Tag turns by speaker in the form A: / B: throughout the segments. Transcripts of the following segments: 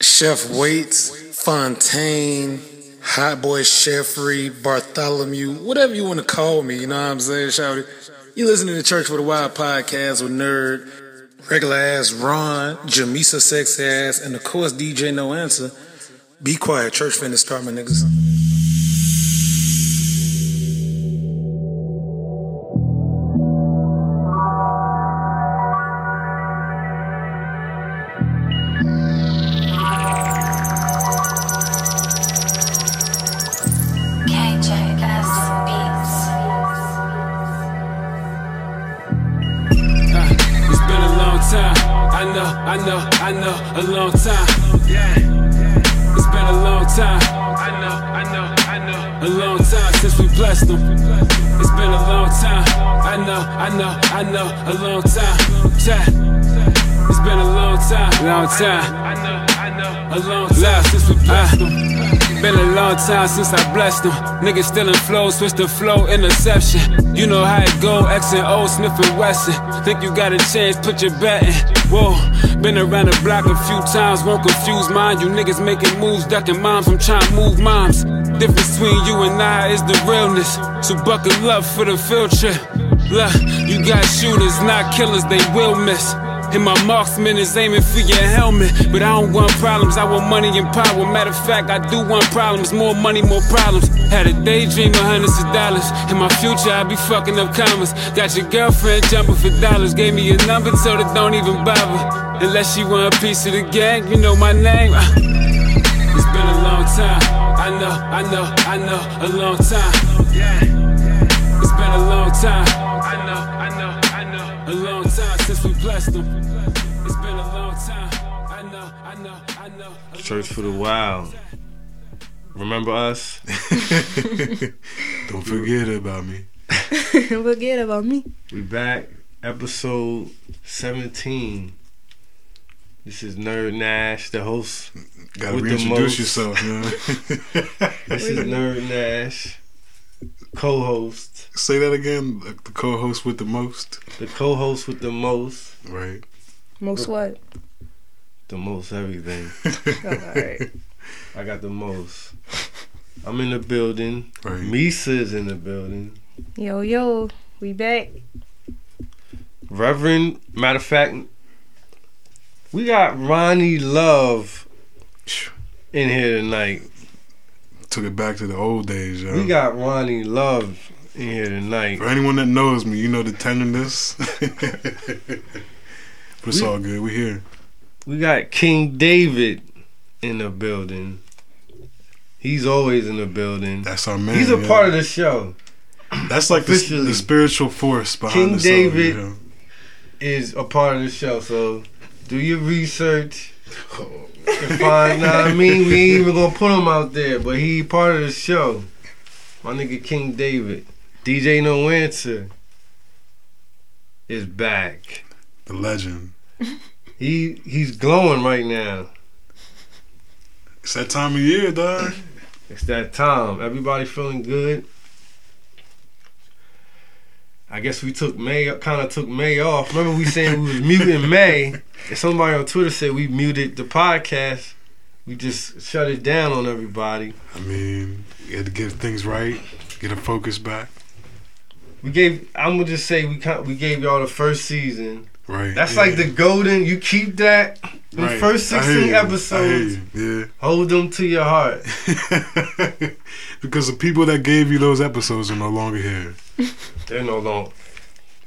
A: Chef Waits, Fontaine, Hot Boy Sheffrey, Bartholomew, whatever you want to call me, you know what I'm saying, shout it. You listening to Church with a Wild podcast with Nerd, regular ass Ron, Jamisa sex ass, and of course DJ No Answer. Be quiet, church finna start, my niggas.
B: KJS Beats.
C: Uh, it's been a long time. I know, I know, I know, a long time. It's been a long time. I know, I know, I know. A long time since we blessed them. It's been a long time. I know, I know, I know, a long time. Yeah. It's been a long time. Long time. I know, I know. A long time Ah. since we blessed them. Been a long time since I blessed them. Niggas still in flow, switch the flow, interception. You know how it go, X and O, Smith and Wesson. Think you got a chance, put your bet in. Whoa, been around the block a few times, won't confuse mine. You niggas making moves, ducking moms, I'm trying to move moms. Difference between you and I is the realness. So buckle up for the field trip. Look, you got shooters, not killers, they will miss. And my marksman is aiming for your helmet. But I don't want problems, I want money and power. Matter of fact, I do want problems. More money, more problems. Had a daydream of hundreds of dollars. In my future, I be fucking up commas. Got your girlfriend jumping for dollars. Gave me your number, told her don't even bother. Unless she want a piece of the gang, you know my name. Ah. It's been a long time. I know, I know, I know, a long time. It's been a long time. I know, I know, I know. A long time since we blessed them. It's been a long time. I know, I know, I know. a long
D: Church for the Wild. Remember us?
E: Don't forget about me.
F: Forget about me.
D: We back. Episode 17. This is Nerd Nash, the host.
E: Gotta
D: With the most.
E: reintroduce yourself, man.
D: This is Nerd Nash, co host.
E: Say that again. like The co-host with the most,
D: The co host with the most,
E: right?
F: Most what?
D: the most everything.
F: Alright.
D: I got the most. I'm in the building.
E: Right.
D: Misa is in the building.
F: Yo, yo, we back.
D: Reverend, matter of fact, we got Ronnie Love in here tonight.
E: Took it back to the old days, yo.
D: We got Ronnie Love in here tonight.
E: For anyone that knows me, you know the tenderness. but it's
D: We-
E: all good. We're here.
D: We got King David in the building. He's always in the building.
E: That's our man.
D: He's a
E: yo.
D: part of the show.
E: That's like the,
D: officially.
E: the spiritual force behind
D: King
E: this. all, you
D: David.
E: know.
D: Is a part of the show. So do your research. And find out. I mean, we ain't even gonna put him out there, but he part of the show. My nigga King David, DJ No Answer, is back.
E: the legend.
D: He he's glowing right now.
E: It's that time of year, dog.
D: It's that time. Everybody feeling good. I guess we took May, kind of took May off. Remember we saying we was muting May, and somebody on Twitter said we muted the podcast. We just shut it down on everybody.
E: I mean, you had to get things right, get a focus back.
D: We gave. I'm gonna just say we kind, we gave y'all the first season.
E: Right.
D: That's
E: yeah.
D: like the golden. You keep that. The
E: Right.
D: first
E: I
D: 16
E: hear you.
D: episodes.
E: I hear you.
D: Hold them to your heart.
E: Yeah. because the people that gave you those episodes are no longer here.
D: They're no long.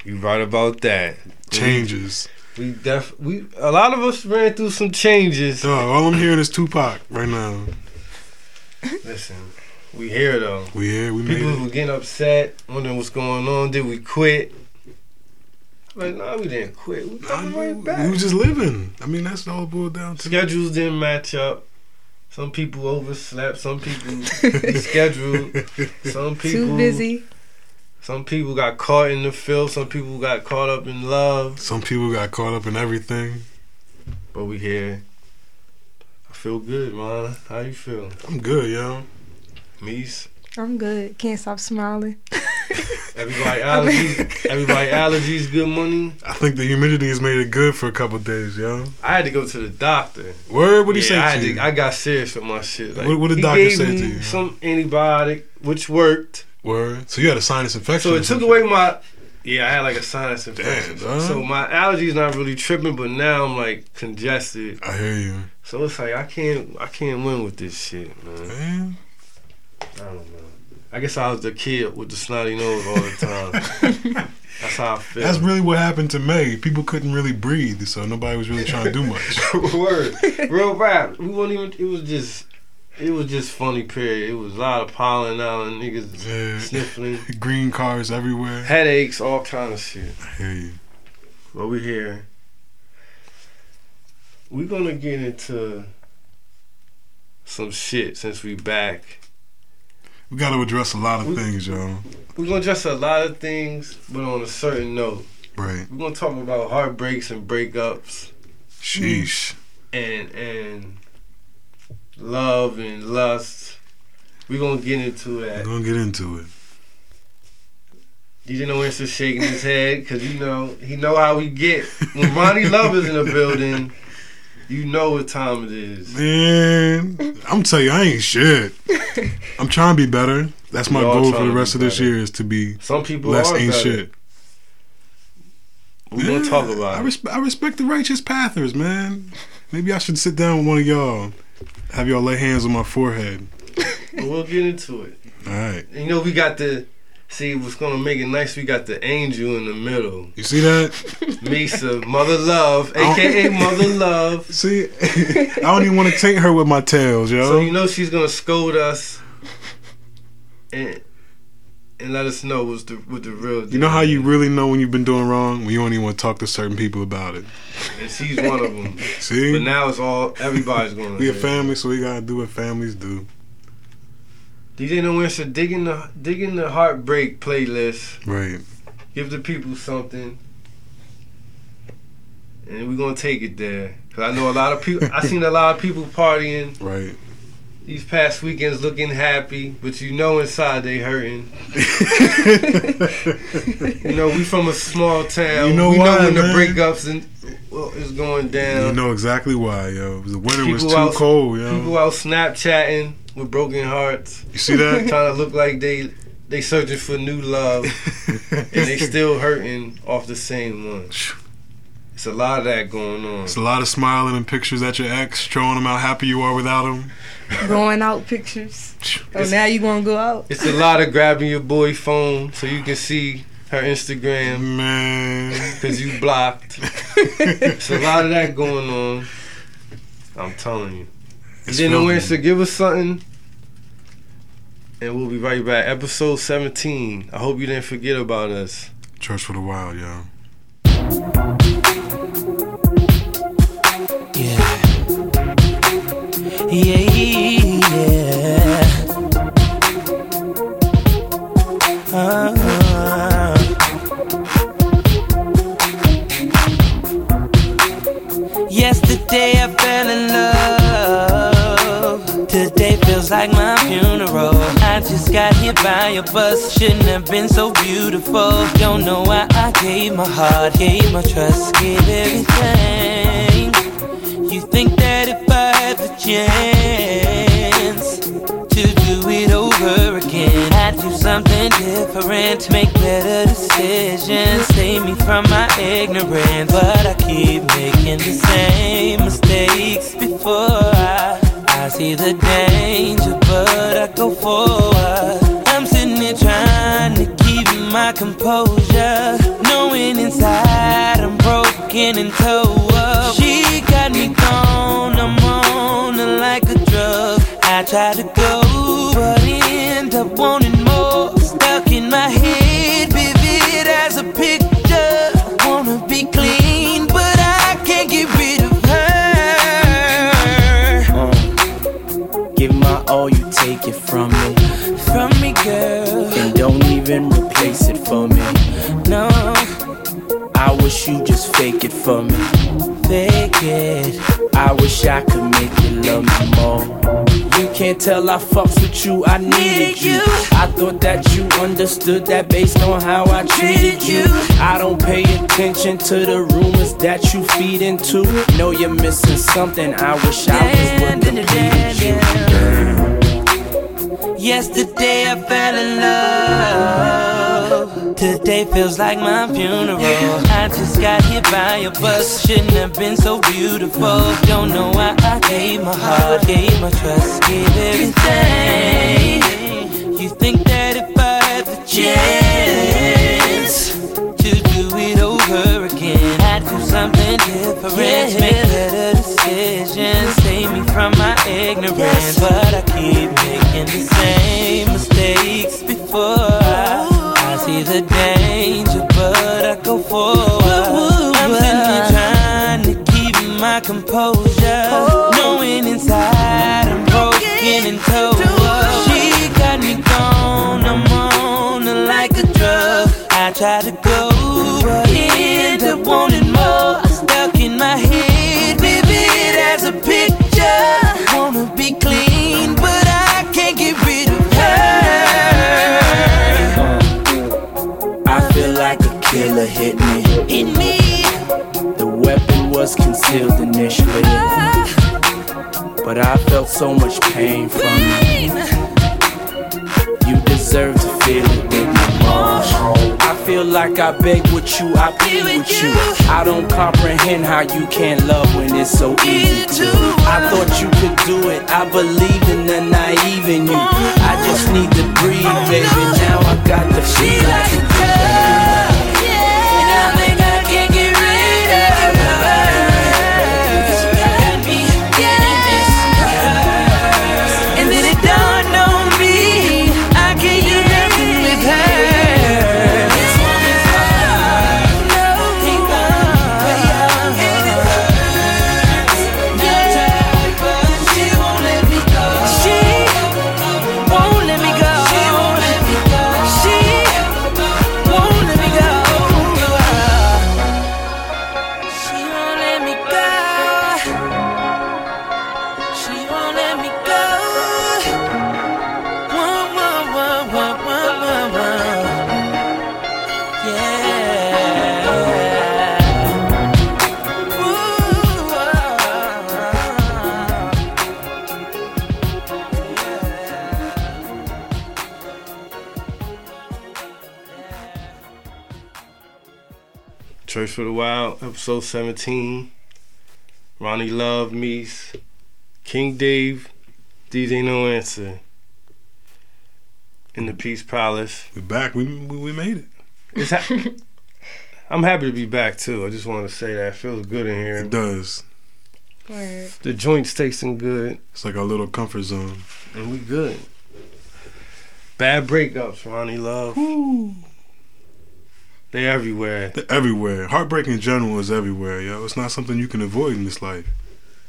D: You right about that.
E: Changes.
D: We def we a lot of us ran through some changes.
E: Dog, all I'm hearing is Tupac right now.
D: Listen, we here though.
E: We here. We
D: People
E: made
D: were
E: it.
D: getting upset, wondering what's going on. Did we quit? Like, no, we didn't quit. We
E: I
D: coming
E: mean,
D: right
E: we
D: back.
E: was just living. I mean, that's all it boiled down to.
D: Schedules didn't match up. Some people overslept. Some people rescheduled. Some people
F: Too busy.
D: Some people got caught in the field. Some people got caught up in love.
E: Some people got caught up in everything.
D: But we here. I feel good, man. How you feel,
E: I'm good, yo.
D: Mees?
F: I'm good. Can't stop smiling.
D: Everybody allergies. everybody allergies. Good money.
E: I think the humidity has made it good for a couple days, yo.
D: I had to go to the doctor.
E: Word, what he
D: Yeah,
E: say
D: I,
E: to
D: had
E: you?
D: I got serious with my shit. Like,
E: What- what did
D: he
E: doctor
D: gave
E: say
D: me
E: to you?
D: Some antibiotic, which worked.
E: Word. So you had a sinus infection.
D: So
E: or
D: it took
E: something?
D: away my. Yeah, I had like a sinus infection.
E: Damn, dog.
D: so my allergies not really tripping, but now I'm like congested.
E: I hear you,
D: So it's like I can't, I can't win with this shit, man.
E: man.
D: I don't know. I guess I was the kid with the snotty nose all the time. That's how I feel.
E: That's really what happened to May. People couldn't really breathe, so nobody was really trying to do much.
D: Word, real rap. We won't even. It was just, it was just funny. Period. It was a lot of pollen out and niggas
E: Yeah.
D: sniffling,
E: Green cars everywhere.
D: headaches, all kind of shit.
E: I hear you.
D: But we here. We're gonna get into some shit since we back.
E: We got to address a lot
D: We-
E: of things, yo.
D: We're gonna address a lot of things, but on a certain note.
E: Right.
D: We're gonna talk about heartbreaks and breakups.
E: Sheesh.
D: and and love and lust. We're gonna get into
E: We're
D: that.
E: gonna get into it.
D: You know Winston's shaking his head because you know he know how we get. When Ronnie Love is in the building, you know what time it is.
E: Man, I'm tell you, I ain't shit. I'm trying to be better. That's my
D: We all
E: goal for
D: trying
E: the
D: to be
E: rest of this
D: better.
E: year is to be
D: Some people
E: less
D: are
E: ain't
D: better.
E: shit.
D: We're gonna talk
E: I,
D: about it.
E: respe- I respect the righteous pathers, man. Maybe I should sit down with one of y'all, have y'all lay hands on my forehead.
D: But we'll get into it.
E: All right,
D: And you know we got the. See, what's gonna make it nice? We got the angel in the middle,
E: you see that?
D: Misa, Mother Love, aka Mother Love.
E: See, I don't even want to taint her with my tails, yo.
D: So you know she's gonna scold us and and let us know what's the what the real.
E: You
D: deal
E: know how you
D: is.
E: really know when you've been doing wrong when you don't even want to talk to certain people about it.
D: And she's one of them.
E: See,
D: But now it's all everybody's going.
E: we a family, so we gotta do what families do.
D: DJ No Answer digging the digging the heartbreak playlist.
E: Right.
D: Give the people something. And we're gonna take it there. Cause I know a lot of people. I seen a lot of people partying
E: Right.
D: these past weekends, looking happy, but you know inside they hurting. You know, we from a small town.
E: You know
D: we
E: why,
D: know when
E: man?
D: the breakups and well, is going down.
E: you know exactly why, yo. The winter was
D: People
E: too
D: out-
E: cold, yo.
D: People out Snapchatting with broken hearts,
E: you see
D: trying
E: that?
D: to look like they they searching for new love, and they still hurting off the same one. It's a lot of that going on.
E: It's a lot of smiling and pictures at your ex, showing them how happy you are without them.
F: Going out pictures. Oh, now you gonna go out?
D: It's a lot of grabbing your boy phone so you can see her Instagram
E: Man.
D: because you blocked. it's a lot of that going on. I'm telling you.
E: It's
D: then
E: filthy.
D: the to give us something. And we'll be right back. Episode 17. I hope you didn't forget about us.
E: Church for the Wild, yo.
G: Yeah. Yeah, yeah. Ah. Yesterday I fell in love. Today feels like my funeral. I just got hit by a bus. Shouldn't have been so beautiful. Don't know why I gave my heart, gave my trust, gave everything. You think that if I had the chance to do it over again, I'd do something different, make better decisions, save me from my ignorance. But I keep making the same mistakes before I, I see the danger, but I go forward. I'm sitting here trying to keep my composure, knowing inside I'm broken and toe up. She got me gone, I'm on her like a drug. I try to go, but end up wanting more. Stuck in my head, vivid as a picture. Wanna be clean, but I can't get rid of her.
H: Uh, Give my all, you take it from me.
G: From me, girl,
H: And don't even replace it for me.
G: no,
H: I wish you just fake it for me.
G: fake it.
H: I wish I could make you love me more. You can't can't tell I fucks with you. I needed
G: Needed
H: you.
G: you.
H: I thought that you understood that based on how I treated
G: Treated
H: you.
G: you.
H: I don't pay attention to the rumors that you feed into. Know you're missing something. I wish I was
G: Dan,
H: what
G: dan, dan,
H: completed you.
G: dan. Yesterday I fell in love. Today feels like my funeral. I just got hit by a bus. Shouldn't have been so beautiful. Don't know why I gave my heart, gave my trust, gave everything. You think that if I had the chance to do it over again. I do something different, make better decisions, save me from my ignorance. But I keep making the same mistakes before I, I see the danger, but I go forward. I'm simply trying to keep my composure, knowing inside I'm broken and told. She got me gone, I'm on her like a drug. I try to go, but end up wanting more. Stuck in my head, vivid as a picture. Wanna be clean, but I can't get rid of her.
H: I feel like a killer hit me.
G: In me,
H: The weapon was concealed initially, but I felt so much pain from it. You deserve to feel it with me more. I feel like I beg with you, I plead with you. I don't comprehend how you can't love when it's so easy to. I thought you could do it, I believed in the naive in you. I just need to breathe, baby. Now I got the
G: she
H: feeling.
G: like a drug. And I think I can't get rid of her. She got me getting this. And then it dawned on me, I can't do nothing with her. This woman's hard. No one but young and it hurts. No time, but she won't let me go. She won't let me go. She won't let me go. She won't let me go. She won't let me go. She won't let me go. Whoa, whoa, whoa, whoa, whoa, whoa, whoa. Yeah. Ooh, oh.
D: Church for the Wild, episode 17. Ronnie Love meets King Dave, DJ No Answer, in the Peace Palace.
E: We back. We, we we made it.
D: It's ha- I'm happy to be back too. I just want to say that it feels good in here.
E: It does.
F: Word.
D: The joints tasting good,
E: It's like our little comfort zone.
D: and we good. Bad breakups, Ronnie Love. They everywhere.
E: They're everywhere. Heartbreak in general is everywhere, yo. It's not something you can avoid in this life.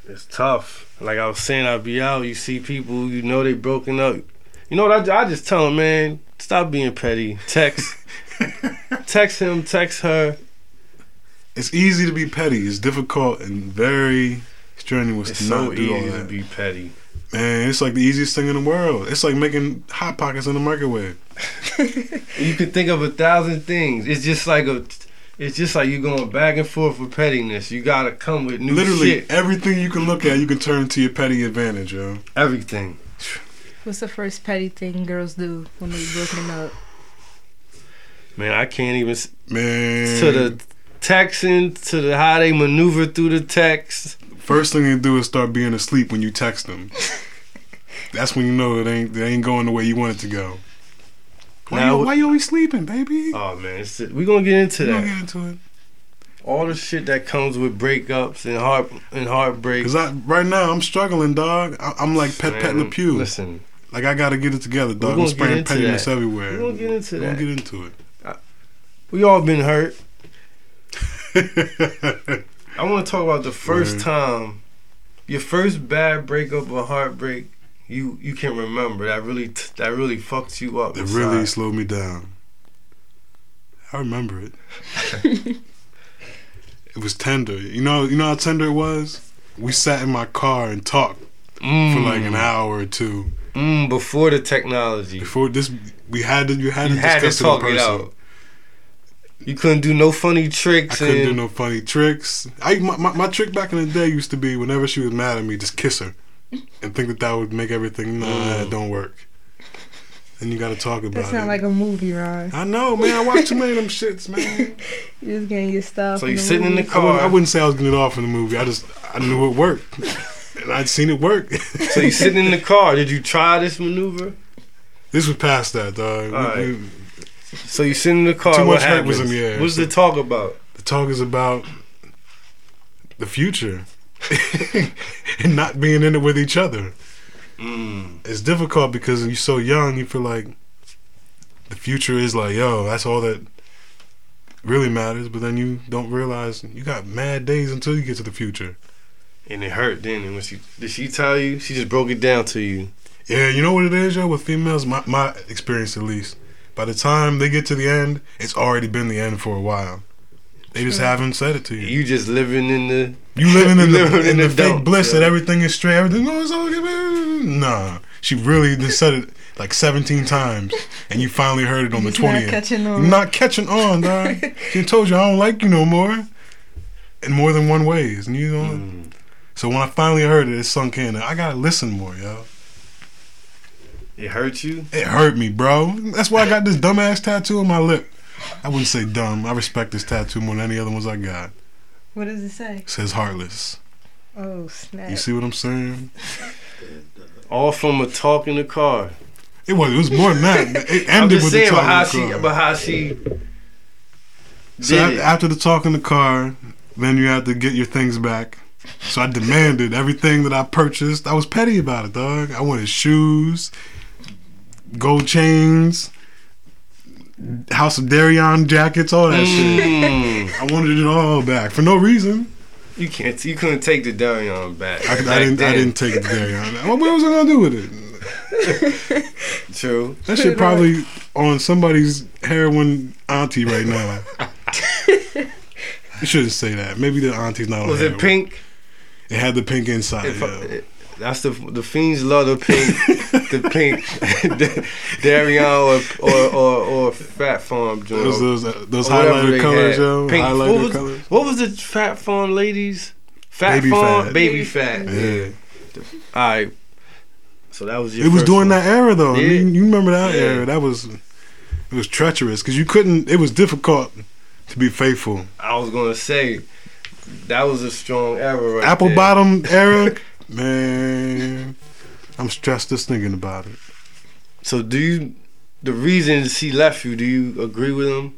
D: It's tough. Like I was saying, I be out. You see people, you know they broken up. You know what? I, I just tell them, man, stop being petty. Text, text him, text her.
E: It's easy to be petty. It's difficult and very strenuous
D: It's
E: to
D: so
E: not do all
D: easy to
E: that.
D: be petty.
E: Man, it's like the easiest thing in the world. It's like making hot pockets in the microwave.
D: You can think of a thousand things. It's just like a. It's just like you going back and forth with pettiness. You gotta come with new
E: Literally e-,
D: shit.
E: everything you can look at, you can turn to your petty advantage, yo.
D: Everything.
F: What's the first petty thing girls do when they broken up?
D: Man, I can't even s-
E: Man,
D: to the texting to the how they maneuver through the text.
E: first thing they do is start being asleep when you text them. That's when you know it ain't they ain't going the way you want it to go. Why,
D: Now-
E: you, why you always sleeping, baby?
D: Oh man, it's, we gonna get into
E: you don't
D: that.
E: get into it.
D: All the shit that comes with breakups and heart and heartbreak.
E: Cause I right now I'm struggling, dog. I, I'm like Pet Pet
D: Man,
E: LePew.
D: Listen,
E: Like I gotta get it together, dog.
D: gonna
E: I'm
D: get
E: spraying
D: into
E: pettiness
D: that.
E: everywhere.
D: We gonna get into
E: We
D: that.
E: gonna get into
D: we all been hurt.
E: it.
D: I want to talk about the 1st
E: Mhm.
D: time, your first bad breakup or heartbreak you you can remember that really t- that really fucked you up.
E: it
D: inside.
E: really slowed me down. I remember it. it was tender. You know, you know how tender it was. We sat in my car and talked for
D: Hmm.
E: like an hour or two
D: Mm, before the technology.
E: before this. We had to you had to
D: You had to
E: discuss
D: talk
E: it in
D: it
E: person.
D: out. You couldn't do no funny tricks.
E: I couldn't do
D: and-
E: no funny tricks. I my, my, my trick back in the day used to be whenever she was mad at me, just kiss her, and think that that would make everything. No,
D: Hmm.
E: that don't work. And you got to talk about
F: That sounds
E: it.
F: like a movie, Ron.
E: I know, man. I watched too many of them shits, man.
F: You just getting your stuff.
D: So you sitting in the
E: I wouldn't, I
D: car.
E: wouldn't say I was getting it off in the movie. I just I knew it worked, and I'd seen it work.
D: so you sitting in the car. Did you try this maneuver?
E: this was past that, dog. We-
D: Alright.
E: we-
D: So you sitting in the car.
E: Too
D: what
E: much hype was
D: happens?
E: in the air.
D: What's the talk about?
E: the talk is about the future and not being in it with each other. It's difficult because you're so young. You feel like the future is like, yo, that's all that really matters. But then you don't realize you got mad days until you get to the future.
D: And it hurt then. And when she did she tell you? She just broke it down to you.
E: Yeah, you know what it is, yo. With females, my my experience at least, by the time they get to the end, it's already been the end for a while. They just haven't said it to you.
D: You just living in the.
E: You living in
D: You
E: the,
D: living
E: in
D: in
E: the
D: the
E: fake
D: dump,
E: bliss
D: yeah.
E: that everything is straight, everything goes all good. Nah, she really just said it like 17 times, and you finally heard it on
F: It's
E: the
F: not
E: 20th.
F: catching on.
E: You're not catching on, dog. she told you I don't like you no more, in more than one ways, and you know. So when I finally heard it, it sunk in. I gotta listen more, yo.
D: It hurt you.
E: It hurt me, bro. That's why I got this dumbass tattoo on my lip. I wouldn't say dumb. I respect this tattoo more than any other ones I got.
F: What does it say?
E: It says heartless.
F: Oh snap!
E: You see what I'm saying?
D: All from a talk in the car.
E: It was. It was more than that. It
D: I'm
E: ended
D: just
E: with the
D: saying
E: talk
D: about how
E: in
D: she.
E: the
D: About
E: car.
D: how she.
E: So
D: did
E: af-
D: it.
E: after the talk in the car, then you have to get your things back. So I demanded everything that I purchased. I was petty about it, dog. I wanted shoes, gold chains, House of Darion jackets, all that
D: Mm.
E: shit. I wanted it all back for no reason.
D: You can't. You couldn't take the Darion back.
E: I, I
D: back
E: didn't. I
D: then.
E: didn't take the Darion. Well, what was I gonna do with it?
D: True.
E: That shit probably on somebody's heroin auntie right now. you shouldn't say that. Maybe the auntie's not on
D: Was
E: heroin.
D: it pink?
E: It had the pink inside.
D: If uh, I-
E: Oh, yeah.
D: that's the the fiends love the pink, the pink, the Darion or or or, or Fat Farm joint.
E: Those
D: or
E: those, uh, those
D: Oh, whatever they
E: highlighter colors,
D: had.
E: yo.
D: Pink-
E: highlighter
D: what, was,
E: colors.
D: what was the Fat Farm ladies? Fat
E: Baby
D: Farm,
E: fat.
D: baby fat.
E: Yeah.
D: Yeah. All right. So that was your
E: It was
D: first
E: during
D: one.
E: that era though. I
D: Yeah.
E: mean, you remember that
D: Yeah.
E: era? That was it was treacherous because you couldn't. It was difficult to be faithful.
D: I was gonna say that was a strong era. Right
E: Apple
D: there.
E: bottom era, man. I'm stressed just thinking about it.
D: So do you? The reasons he left you, do you agree with him?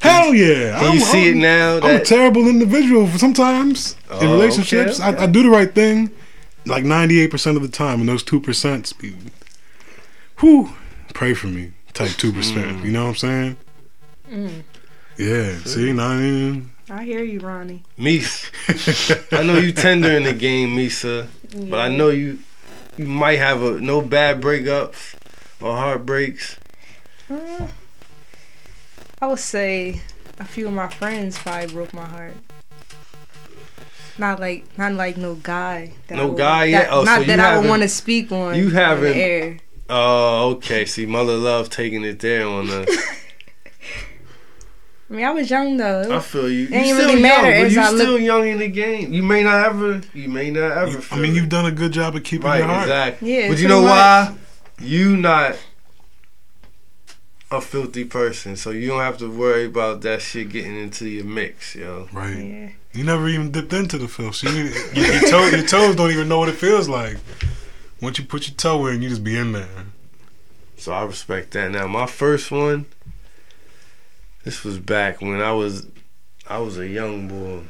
E: Hell yeah!
D: Can
E: I'm-
D: you see
E: I'm-
D: it now?
E: I'm a
D: That,
E: terrible individual for sometimes in
D: Oh,
E: relationships.
D: okay, okay.
E: I, I do the right thing like 98% of the time, and those 2% be, whew, pray for me type 2%.
D: Mm.
E: You know what I'm saying? Yeah, see, now I mean,
F: I hear you, Ronnie.
D: Meese. I know you tender in the game, Misa, but I know you you might have a no bad breakups or heartbreaks.
F: Uh, I would say a few of my friends probably broke my heart. Not like, not like no guy. That
D: No
F: I would-
D: guy
F: that-
D: yet? Oh, so
F: not
D: you
F: that I would
D: haven't-
F: want to speak on.
D: you
F: on the
D: haven't-
F: air.
D: Oh, okay. See, Mother Love taking it there on us.
F: I mean, I was young though. It
D: I
F: was-
D: feel you. You
F: Ain't
D: still
F: really
D: young,
F: matter
D: but
F: as
D: you
F: I
D: still
F: look-
D: young in the game. You may not ever. You may not ever.
E: you, I
D: feel
E: mean, you've
D: it.
E: done a good job of keeping
D: right,
E: your heart.
D: exactly.
F: Yeah,
D: but you
F: pretty
D: know
F: much.
D: why? You not a filthy person, so you don't have to worry about that shit getting into your mix, yo.
E: Right.
F: yeah.
E: You never even dipped into the filth. So you, you, your, toe, your toes don't even know what it feels like. Once you put your toe in, you just be in there.
D: So I respect that. Now my first one, this was back when I was I was a young boy.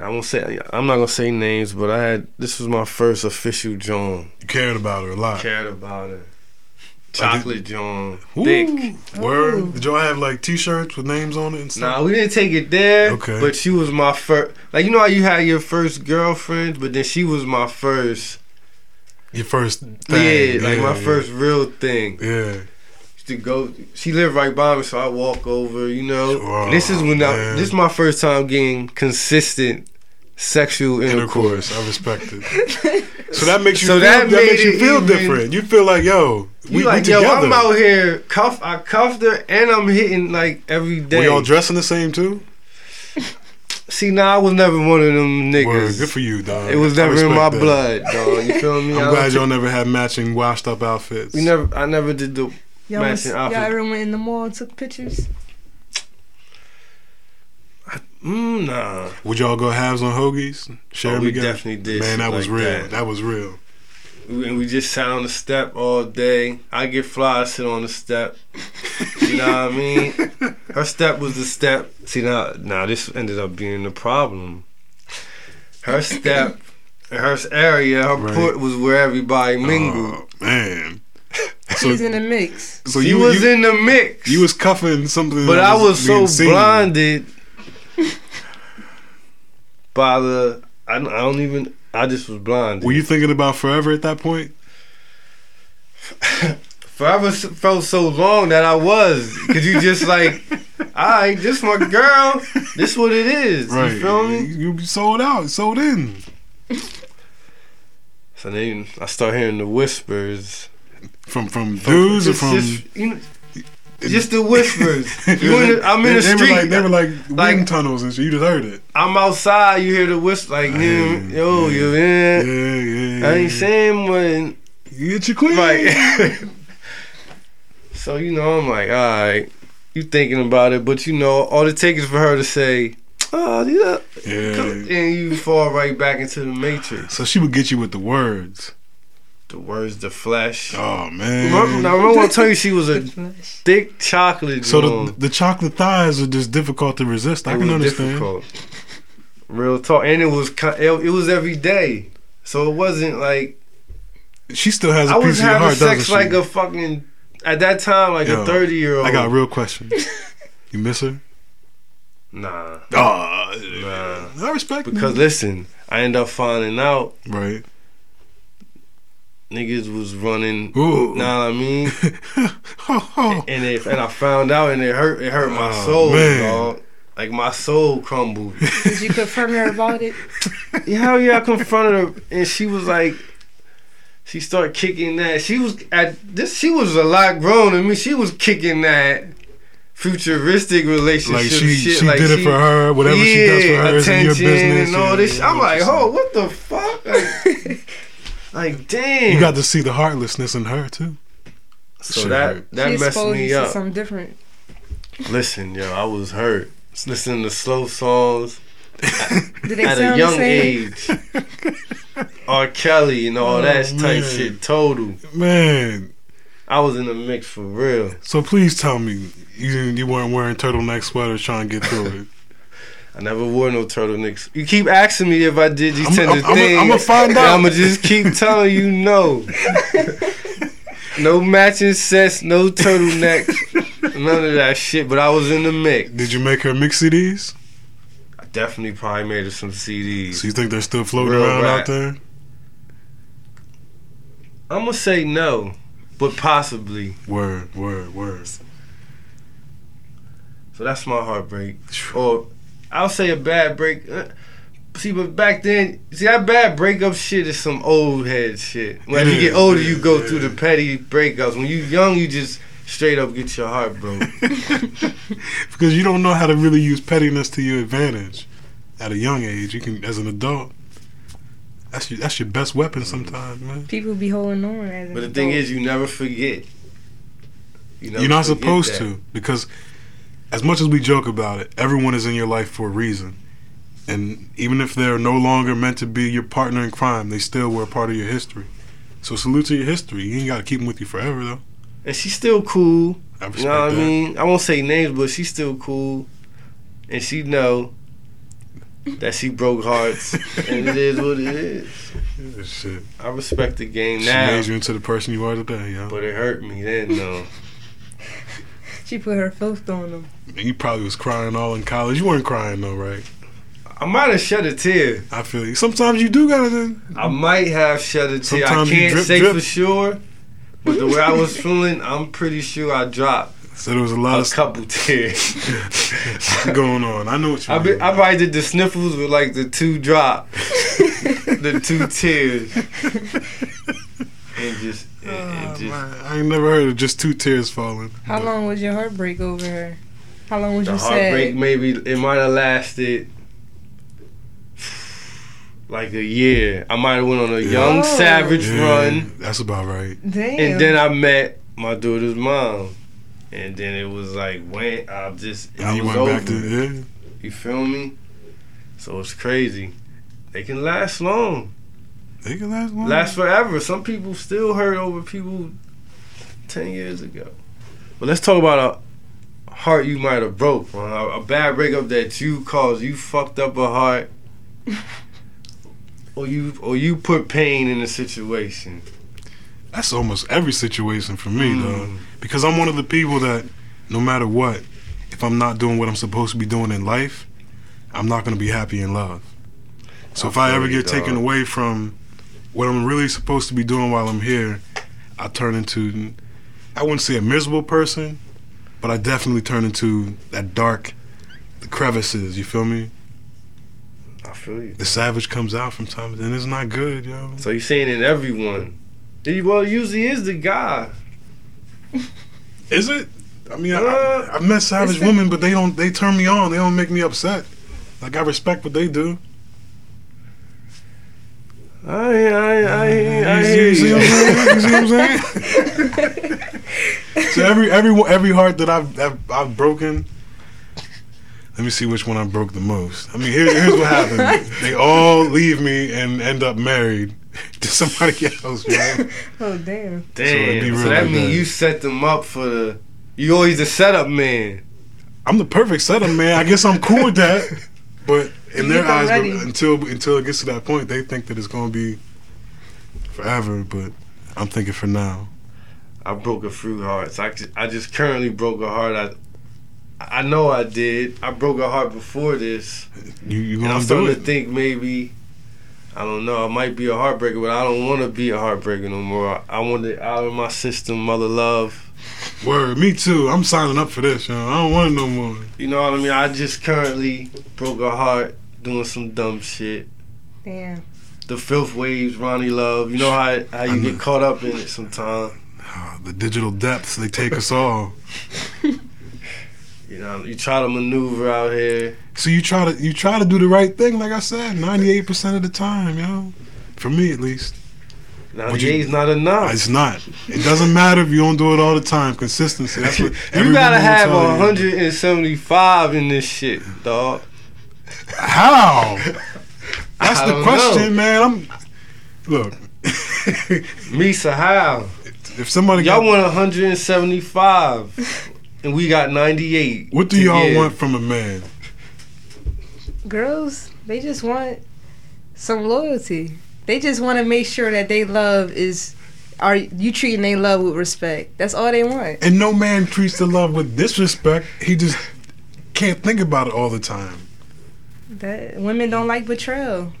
D: I won't say I'm not gonna say names, but I had this was my first official John.
E: You cared about her a lot.
D: Cared about it. Chocolate John.
E: Ooh,
D: Thick.
E: Word. Did y'all have like T-shirts with names on it and stuff?
D: Nah, we didn't take it there.
E: Okay.
D: But she was my first like you know how you had your first girlfriend, but then she was my first
E: Your first thing.
D: Yeah, like my first real thing.
E: Yeah.
D: to go. She lived right by me, so I walk over. You know,
E: Sure.
D: this is when I,
E: Man.
D: this is my first time getting consistent sexual intercourse.
E: intercourse. Uh, I respect it. So that makes you
D: So
E: feel, that,
D: that made
E: makes
D: it
E: you feel
D: even-
E: different. You feel like yo, we,
D: You like,
E: we
D: yo,
E: together.
D: I'm out here cuff. I cuffed her, and I'm hitting like every day.
E: we all dressing the same too.
D: See, now I was never one of them
E: Word,
D: niggas.
E: good for you, dog.
D: it was
E: I
D: never in
E: respect
D: my
E: that.
D: blood, dog. You feel me?
E: I'm
D: I
E: glad
D: was-
E: y'all never had matching washed up outfits.
D: We never. I never did the.
F: Y'all,
D: Matching
F: was, y'all
D: outfit.
F: ever went in the mall and took pictures?
D: Mm, nah.
E: Would y'all go halves on hoagies? Share
D: Oh,
E: them
D: we
E: together?
D: definitely did
E: Man, that
D: shit
E: was
D: like
E: real.
D: that.
E: That. was real.
D: We- And we just sat on the step all day. I get fly, I sit on the step. You know what I mean? Her step was the step. See now, now this ended up being the problem. Her step, her area, her
E: Right.
D: port was where everybody mingled.
E: Oh, man. So,
F: She's in the mix.
E: so
D: she
E: you
D: was
E: you,
D: in the mix.
E: you was cuffing something,
D: but
E: that
D: I was so
E: being seen.
D: blinded by the. I, don't- I don't even. I just was blinded.
E: Were you thinking about forever at that point?
D: Forever s- felt so long that I was. Cause you just like, all right, this my girl. This what it is. You feel me?
E: You you sold out, sold in.
D: So then I start hearing the whispers.
E: From from dudes or
D: Just-
E: from
D: just, you know, just the whispers. You in the, I'm in
E: They-
D: the
E: they were
D: street.
E: like- They were like wind
D: Like-
E: tunnels and shit. You just heard it.
D: I'm outside. You hear the whisper. Like, you
E: Hey,
D: yo,
E: yeah,
D: you in?
E: Yeah, yeah.
D: I ain't
E: yeah.
D: saying when.
E: You Get your queen.
D: Right. so you know, I'm like, all right. You thinking about it, but you know, all it takes is for her to say, "Oh, yeah,
E: Yeah.
D: and you fall right back into the matrix.
E: So she would get you with the words.
D: The words, the flesh.
E: Oh man.
D: Remember, now remember when I told you she was a
F: Flesh.
D: thick chocolate.
E: So the,
D: joint?
E: the chocolate thighs are just difficult to resist. I
D: It
E: can
D: was
E: understand.
D: difficult. Real talk, and it was ki- it, it was every day, so it wasn't like
E: She still has a
D: I
E: piece
D: was
E: of your
D: having
E: heart,
D: sex
E: doesn't
D: like
E: she?
D: a fucking at that time like
E: Yo,
D: a thirty year old.
E: I got a real question. you miss her?
D: nah,
E: Ah,
D: nah.
E: I respect
D: Because
E: that.
D: listen, I end up finding out
E: Right.
D: niggas was running.
E: Ooh.
D: Nah, I mean,
E: Oh, oh.
D: and it, and I found out, and it hurt. It hurt my
E: Oh,
D: soul,
E: man.
D: dog. Like my soul crumbled.
F: Did you confirm her about it?
D: Yeah, Hell yeah, I confronted her and she was like she started kicking that. She was at this she was a lot grown I mean, She was kicking that futuristic relationship
E: Like she,
D: shit.
E: she
D: like
E: did it for her. Whatever she does for her is in your
D: attention
E: business.
D: And all
E: Yeah,
D: this.
E: yeah,
D: I'm
E: what
D: like,
E: you said.
D: oh, what the fuck? Like, like, damn.
E: You got to see the heartlessness in her too.
D: so
E: shit
D: that
E: hurt.
F: she
D: that messed
F: exposed
D: me
F: you to
D: up.
F: something different.
D: Listen, yo, I was hurt. Listening to slow songs
F: Did they
D: at
F: sound
D: a
F: the
D: young
F: same?
D: age. R. Kelly and all
E: Oh,
D: that type
E: man.
D: shit. Total.
E: Man,
D: I was in the mix for real.
E: so please tell me you you weren't wearing turtleneck sweaters trying to get through it.
D: I never wore no turtlenecks. You keep asking me if I did these
E: I'm-
D: tender
E: I'm- I'm-
D: things.
E: I'ma find out.
D: I'm gonna just keep telling you no. no matching sets, no turtlenecks, none of that shit. But I was in the mix.
E: Did you make her mix CDs?
D: I definitely probably made her some CDs.
E: So you think they're still floating
D: Real
E: around
D: rap.
E: out there?
D: I'm gonna say no, but possibly.
E: Word, word, word.
D: So that's my heartbreak. Or I'll say a bad break. Uh, See, but back then, see that bad breakup shit is some old head shit. When
E: It
D: you get
E: is,
D: older,
E: it
D: you
E: is,
D: go
E: it
D: through the
E: is.
D: petty breakups. When you young, you just straight up get your heart broke.
E: Because you don't know how to really use pettiness to your advantage at a young age. You can, as an adult, that's your, that's your best weapon sometimes, man.
F: People be holding on as an
D: but the thing
F: adult.
D: is, you never forget. You never
E: You're not
D: forget
E: supposed
D: that.
E: to because, as much as we joke about it, everyone is in your life for a reason. And even if they're no longer meant to be your partner in crime, they still were a part of your history. So salute to your history. You ain't got to keep them with you forever, though.
D: And she's still cool.
E: I respect
D: You know what
E: that.
D: I mean? I won't say names, but she's still cool, and she know that she broke hearts, and it is what it is.
E: Yeah, Shit.
D: I respect the game
E: She
D: now,
E: made you into the person you are today, yo.
D: but it hurt me then though.
F: she put her filth on them.
E: And you probably was crying all in college. You weren't crying though, right?
D: I might have shed a tear.
E: I feel you. Sometimes you do gotta.
D: I might have shed a tear.
E: Sometimes
D: I
E: you
D: can't
E: drip,
D: say
E: drip.
D: for sure, but the way I was feeling, I'm pretty sure I dropped.
E: So there was a lot
D: A
E: of stuff
D: couple tears.
E: going on. I know what you
D: I, be,
E: mean.
D: I probably did the sniffles with like the two drop, the two tears, and just and, and
E: Oh,
D: just
E: man, I ain't never heard of just two tears falling.
F: How long was your heartbreak over her? How long was
D: Mm. the
F: you
D: heartbreak.
F: sad?
D: Maybe it might have lasted like a year. I might have went on a young
F: Oh.
D: savage
E: Yeah,
D: run,
E: That's about right.
F: Damn.
D: and then I met my daughter's mom, and then it was like when I just
E: And
D: I
E: you
D: was
E: went
D: over.
E: back to yeah.
D: You feel me? So it's crazy. They can last long.
E: They can last long.
D: last forever. Some people still hurt over people ten years ago. But let's talk about a heart you might have broke, man. a, a bad breakup that you caused. You fucked up a heart, or you or you put pain in the situation.
E: That's almost every situation for me,
D: Mm.
E: though, because I'm one of the people that, no matter what, if I'm not doing what I'm supposed to be doing in life, I'm not gonna be happy in love. So if I
D: feel
E: ever
D: you,
E: get taken
D: dog.
E: away from what I'm really supposed to be doing while I'm here, I turn into, I wouldn't say a miserable person, but I definitely turn into that dark, the crevices. You feel me?
D: I feel you.
E: The savage comes out from time to time, and it's not good, yo.
D: So you're saying in everyone. It- Well, it usually is the guy.
E: Is it? I mean, I,
D: Uh,
E: I- I've met savage women, but they don't. They turn me on. They don't make me upset. Like I respect what they do.
D: I I I I
E: You see,
D: hear
E: you see what I'm
D: you.
E: saying? You see what I'm saying? so every every every heart that I've I've, I've broken. Let me see which one I broke the most. I mean, here, here's what happened. They all leave me and end up married to somebody else. Man.
F: oh damn.
E: it'd be
D: Damn. So,
E: real
D: that
E: like
D: means
E: that.
D: you set them up for the. You always the setup man.
E: I'm the perfect setup, man. I guess I'm cool with that. But in
F: You
E: their
F: get them
E: eyes,
F: ready.
E: but until until it gets to that point, they think that it's gonna be forever. But I'm thinking for now.
D: I broke a few hearts. I, ju- I just currently broke a heart. I I know I did. I broke a heart before this,
E: You you
D: and I'm
E: gonna do
D: starting to
E: it?
D: think maybe I don't know. I might be a heartbreaker, but I don't want to be a heartbreaker no more. I, I want it out of my system, mother love.
E: Word, me too. I'm signing up for this. You know? I don't want it no more.
D: You know what I mean? I just currently broke a heart doing some dumb shit.
F: Damn.
D: The filth waves, Ronnie Love. You know how how you get caught up in it sometimes.
E: Ah, the digital depths they take us all.
D: You know, you try to maneuver out here.
E: So you try to you try to do the right thing. Like I said, 98 percent of the time, you know. For me, at least,
D: Now,
E: Would you-
D: is not enough.
E: it's not. It doesn't matter if you don't do it all the time. Consistency. That's what every
D: You gotta
E: woman will
D: have
E: tell you.
D: 175 in this shit, dog.
E: How? That's
D: I
E: the
D: don't
E: question, man. I'm look. if
D: Misa, how?
E: somebody
D: Y'all
E: got,
D: want 175, and we got 98.
E: what do
D: to
E: y'all
D: give.
E: want from a man?
F: Girls, they just want some loyalty. They just want to make sure that they love is are you treating they love with respect. That's all they want.
E: And no man treats the love with disrespect. He just can't think about it all the time.
F: That women don't like betrayal.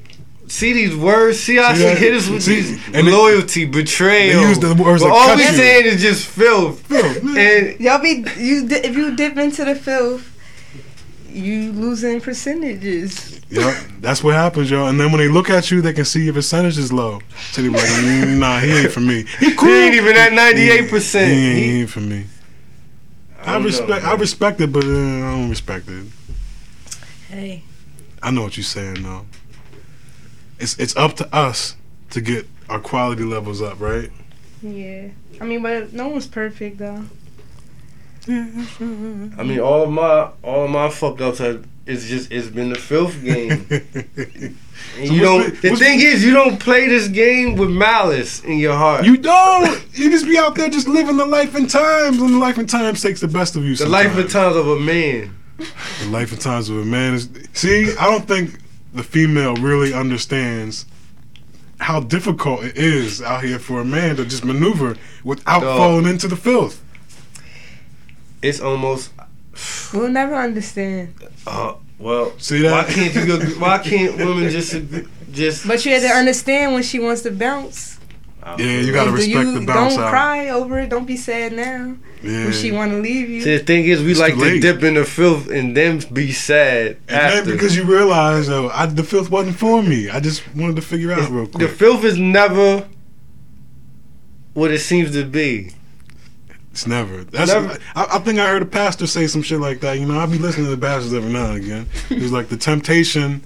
D: See these words? See how
E: See
D: she
E: that?
D: hit us with
E: See?
D: these
E: And they-
D: loyalty, betrayal.
E: they use the words
D: but
E: that
D: all
E: cut
D: we
E: you.
D: saying is just filth.
E: Filth, man.
D: And
F: Y'all be you di- if you dip into the filth, you losing percentages.
E: Yep, that's what happens, y'all. And then when they look at you, they can see your percentage is low. So they be like, "Mm, nah, he ain't for me. He cool.
D: he ain't even at 98.
E: He
D: percent
E: ain't, he ain't for me. I,
D: don't know,
E: respect. I
D: man.
E: respect it, but uh, I don't respect it.
F: Hey,
E: I know what you're saying though. It's it's up to us to get our quality levels up, right?
F: yeah. I mean, but no one's perfect though.
D: I mean, all of my all of my fuck ups have. It's just it's been the filth game. And
E: So what's
D: you don't.
E: the-
D: The
E: what's
D: thing
E: the-
D: is, you don't play this game with malice in your heart.
E: you don't. You just be out there just living the life and times, and the life and times takes the best of you.
D: the life and
E: times.
D: times of a man.
E: The life and times of a man is. See, I don't think the female really understands how difficult it is out here for a man to just maneuver without
D: Dog.
E: falling into the filth.
D: It's almost.
F: We'll never understand.
D: Uh, well,
E: See that?
D: why can't you? Go, why can't women just ag- just?
F: But you had to understand when she wants to bounce.
D: I
E: Yeah, you
D: feel
E: gotta
F: Do
E: respect
F: you-
E: the bounce
F: Don't
E: out.
F: cry over it. Don't be sad now.
E: Yeah.
F: When she want to leave you.
D: See, the thing is, we
E: It's
D: like
E: too
D: to
E: late.
D: dip in the filth and then be sad
E: and
D: after.
E: then because you realize though, I, the filth wasn't for me. I just wanted to figure out
D: It's-
E: real
D: the
E: quick.
D: filth is never what it seems to be.
E: it's never. That's.
D: Never.
E: I, I think I heard a pastor say some shit like that. You know, I be listening to the pastors every now and again. He was like, the temptation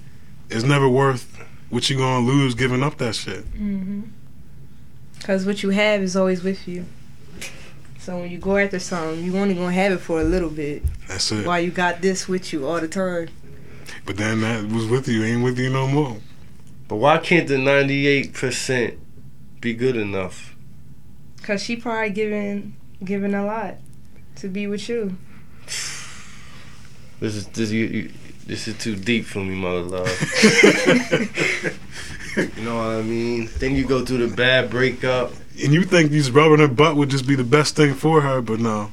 E: is never worth what you gonna lose giving up that shit.
F: Because Mm-hmm. what you have is always with you. So when you go after something, you only gonna have it for a little bit.
E: That's it.
F: While you got this with you all the time.
E: But then that was with you, ain't with you no more.
D: But why can't the 98% be good enough?
F: Cause she probably giving giving a lot to be with you.
D: This is this you, you, this is too deep for me, mother love. you know what I mean? Then you go through the bad breakup.
E: and you think these rubbing her butt would just be the best thing for her, but no,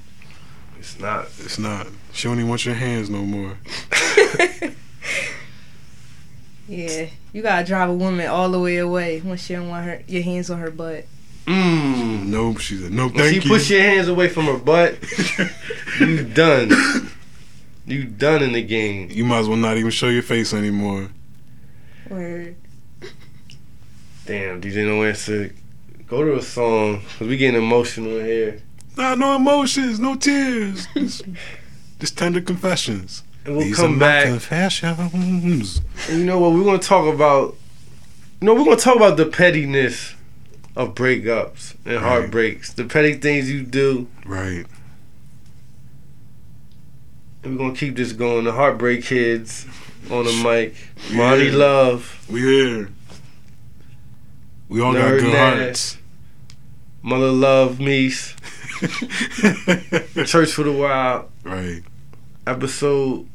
D: It's not.
E: it's not. She don't even want your hands no more.
F: Yeah, you gotta drive a woman all the way away when she don't want her your hands on her butt.
D: Mmm.
E: No, she said, no,
D: When she
E: thank you.
D: puts your hands away from her butt, you done. You done in the game.
E: you might as well not even show your face anymore.
F: Or
D: Damn, DJ No Answer. Go to a song, cause we getting emotional in here.
E: Nah, no emotions, no tears. Just, just tender confessions.
D: And we'll
E: These are
D: come
E: my
D: back.
E: confessions.
D: And you know what? We're gonna talk about. You know, we're gonna talk about the pettiness of breakups and heartbreaks, the petty things you do.
E: Right.
D: And we're gonna keep this going. The heartbreak kids on the mic. Monty
E: Yeah.
D: Love,
E: We here. We all got
D: Nerd
E: good
D: ass. Mother Love, Meese,
E: hearts.
D: Church for the Wild,
E: right.
D: episode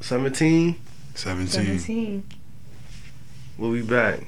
D: seventeen.
E: 17.
F: seventeen.
D: We'll be back.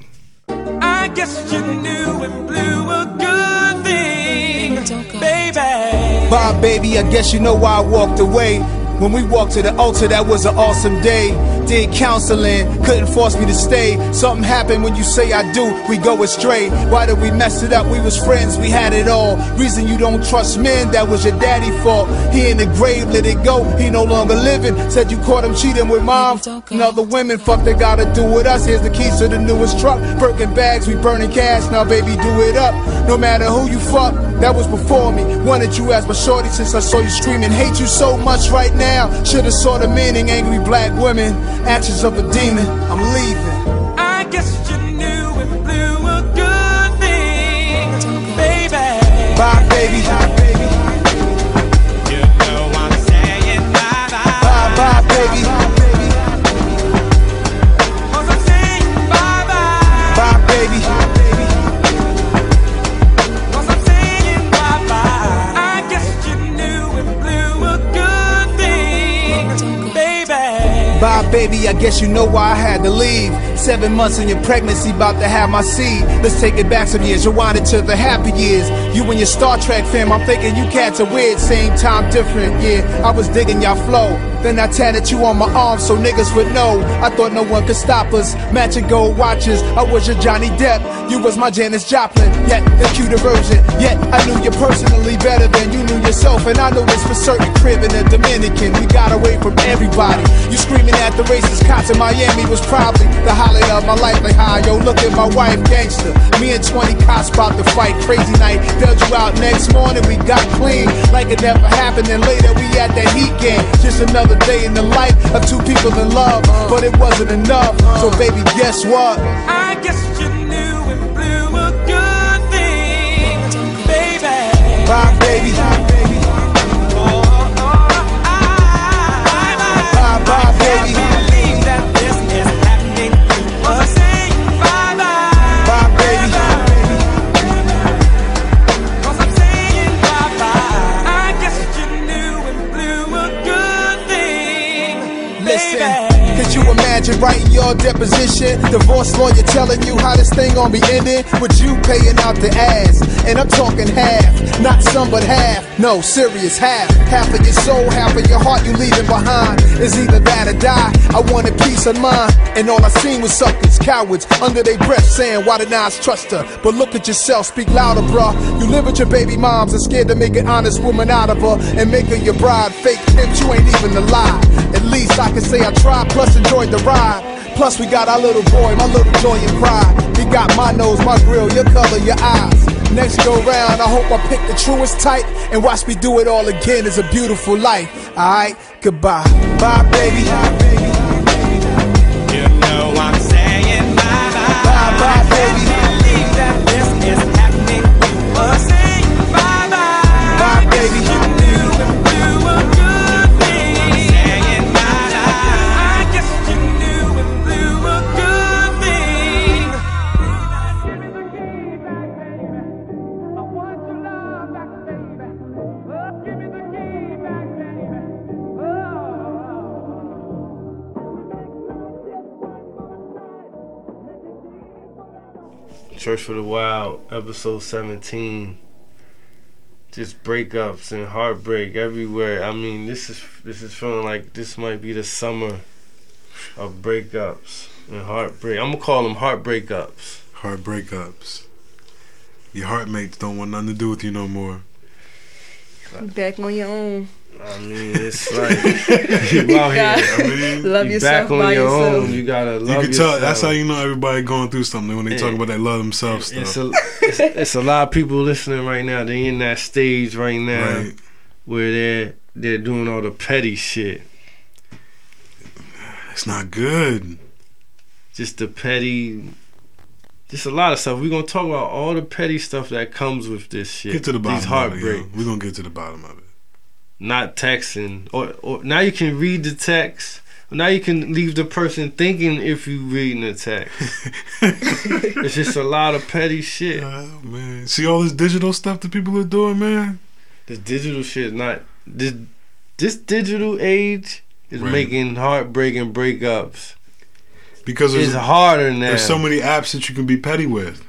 G: I guess you knew and blew a good thing, baby.
I: Bye, baby, I guess you know why I walked away. When we walked to the altar, that was an awesome day. Did counseling, couldn't force me to stay. Something happened when you say I do, we go astray. Why did we mess it up? We was friends, we had it all. Reason you don't trust men, that was your daddy fault. He in the grave, let it go, he no longer living. Said you caught him cheating with mom and other women. Fuck, they gotta do with us. Here's the keys to the newest truck. Birkin bags, we burning cash, now baby, do it up. No matter who you fuck, that was before me. Wanted you as my shorty since I saw you screaming. Hate you so much right now. Should've saw the meaning. Angry black women, actions of a demon. I'm leaving.
G: I guess you knew and blew a good thing, baby.
I: Bye, baby.
G: You know I'm saying bye bye.
I: Bye, bye, baby.
G: Cause I'm saying bye bye.
I: Bye, baby.
G: Cause I'm saying bye bye. I guess you knew and blew a good thing, baby.
I: Bye, baby, I guess you know why I had to leave. Seven months in your pregnancy, about to have my seed. Let's take it back some years, rewind it to the happy years. You and your Star Trek fam, I'm thinking you cats are weird, same time different, yeah. I was digging y'all flow. Then I tatted you on my arm so niggas would know. I thought no one could stop us. Matching gold watches, I was your Johnny Depp. You was my Janis Joplin, yet the cuter version. Yet I knew you personally better than you knew yourself. And I know this for certain crib in a Dominican. We got away from everybody. You screaming at the racist cops in Miami was probably the highlight of my life. Like, hi, yo, look at my wife, gangster. Me and 20 cops about to fight. Crazy night. Bailed you out next morning. We got clean like it never happened. And later we at that heat game. Just another day in the life of two people in love. But it wasn't enough. So, baby, guess what?
G: I guess you knew and blew a good thing, baby.
I: Bye, baby.
G: Oh, oh, I,
I: Bye, bye, baby.
G: believe that this is happening to us. Saying bye bye,
I: Bye, baby.
G: cause I'm saying bye bye. I guess you knew and blew a good thing,
I: Listen,
G: baby.
I: could you imagine? Imagine writing your deposition. Divorce lawyer telling you how this thing gonna be ending. With you paying out the ass. And I'm talking half. Not some, but half. No, serious half. Half of your soul, half of your heart you leaving behind. It's either that or die. I wanted peace of mind. And all I seen was suckers, cowards, under their breath saying, Why did I trust her? But look at yourself, speak louder, bruh. You live with your baby moms and scared to make an honest woman out of her and make her your bride. Fake pimp, you ain't even alive. At least I can say I tried, plus enjoyed the ride. Plus, we got our little boy, my little joy and pride. He got my nose, my grill, your color, your eyes. Next go round, I hope I pick the truest type and watch me do it all again. It's a beautiful life. Alright, goodbye. Bye, baby. Bye, baby.
J: You know I'm saying bye bye.
I: Bye, bye, baby.
J: Believe that this is happening. You must say bye bye.
I: Bye, baby.
J: You knew it was good thing. I'm saying bye bye. I guess you knew it was a good thing.
D: Church for the Wild, episode 17. Just breakups and heartbreak everywhere. I mean, this is this is feeling like this might be the summer of breakups and heartbreak. I'm gonna call them heartbreak ups.
E: Heart breakups. Your heartmates don't want nothing to do with you no more.
F: Back on your own.
D: I mean, it's like you out here. I mean,
F: Love
D: Oh, you
F: yourself
D: back on
F: by
D: your
F: yourself.
D: own. You gotta
E: You
D: love
E: can
D: yourself.
E: tell. That's how you know everybody going through something when they talk
D: Yeah.
E: about that love themselves
D: It's
E: stuff.
D: a, it's, it's a lot of people listening right now. They in that stage right now
E: Right.
D: where they're they're doing all the petty shit.
E: It's not good.
D: Just the petty, just a lot of stuff. We're gonna talk about all the petty stuff that comes with this shit.
E: Get to the bottom.
D: These
E: Of it,
D: heartbreak,
E: yo. We're gonna get to the bottom of it.
D: not texting, or or now you can read the text. Now you can leave the person thinking if you reading the text. it's just a lot of petty shit.
E: Oh man, see all this digital stuff that people are doing, man.
D: This digital shit is not this this digital age is
E: Right.
D: making heartbreaking breakups.
E: Because
D: It's
E: there's,
D: harder now.
E: there's so many apps that you can be petty with.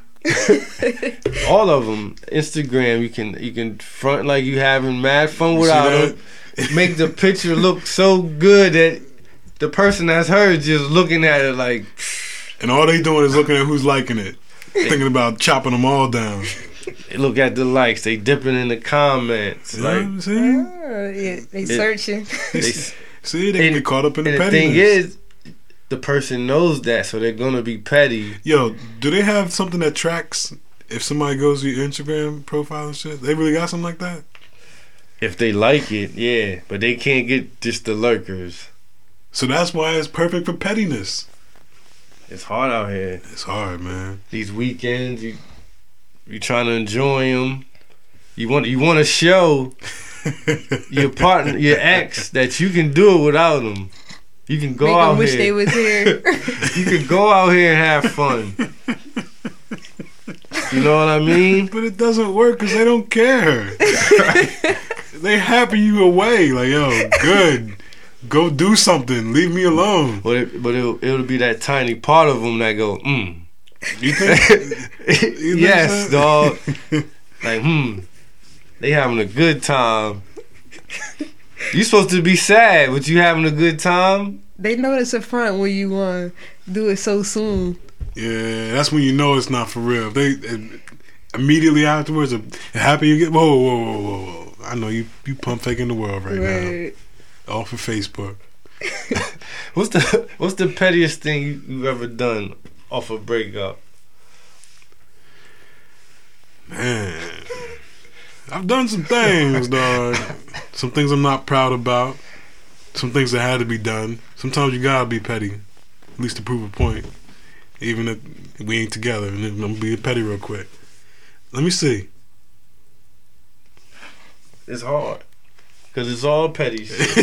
D: All of them. Instagram, you can you can front like you having mad fun
E: You see
D: without
E: that?
D: them. Make the picture look so good that the person that's her is just looking at it like
E: And all they doing is looking at who's liking it, thinking about chopping them all down.
D: they look at the likes. They dipping in the comments.
E: You know what
D: Like
E: I'm saying?
F: Uh, yeah, they searching.
D: they,
E: See, they can
D: And-
E: get caught up in the
D: and the
E: pettiness.
D: thing is, the person knows that, so they're gonna be petty.
E: Yo, do they have something that tracks if somebody goes to your Instagram profile and shit? They really got something like that?
D: If they like it, yeah. But they can't get just the lurkers.
E: So that's why it's perfect for pettiness.
D: It's hard out here.
E: It's hard, man.
D: These weekends, you you trying to enjoy them. You want you want to show your partner, your ex, that you can do it without them. You can go
F: Make
D: out
F: them wish
D: here.
F: they was here.
D: you can go out here and have fun. you know what I mean?
E: But it doesn't work because they don't care. they happy you away. Like, yo, good. Go do something. Leave me alone.
D: But it, but it'll, it'll be that tiny part of them that go, mm.
E: You think? You think
D: yes,
E: so?
D: dog. like, hmm, they having a good time. You supposed to be sad, but you having a good time.
F: they notice up front when you uh, do it so soon.
E: Yeah, that's when you know it's not for real. If they if- immediately afterwards, if happy you get. Whoa, whoa, whoa, whoa, whoa. I know you, you pump faking the world right
F: Word.
E: now. All for Facebook.
D: What's the What's the pettiest thing you, you've ever done off a breakup?
E: Man. Eh. I've done some things, dog. Some things I'm not proud about. Some things that had to be done. Sometimes you gotta be petty, at least to prove a point. Even if we ain't together, and I'm gonna be petty real quick. Let me see.
D: It's hard because it's all petty, shit.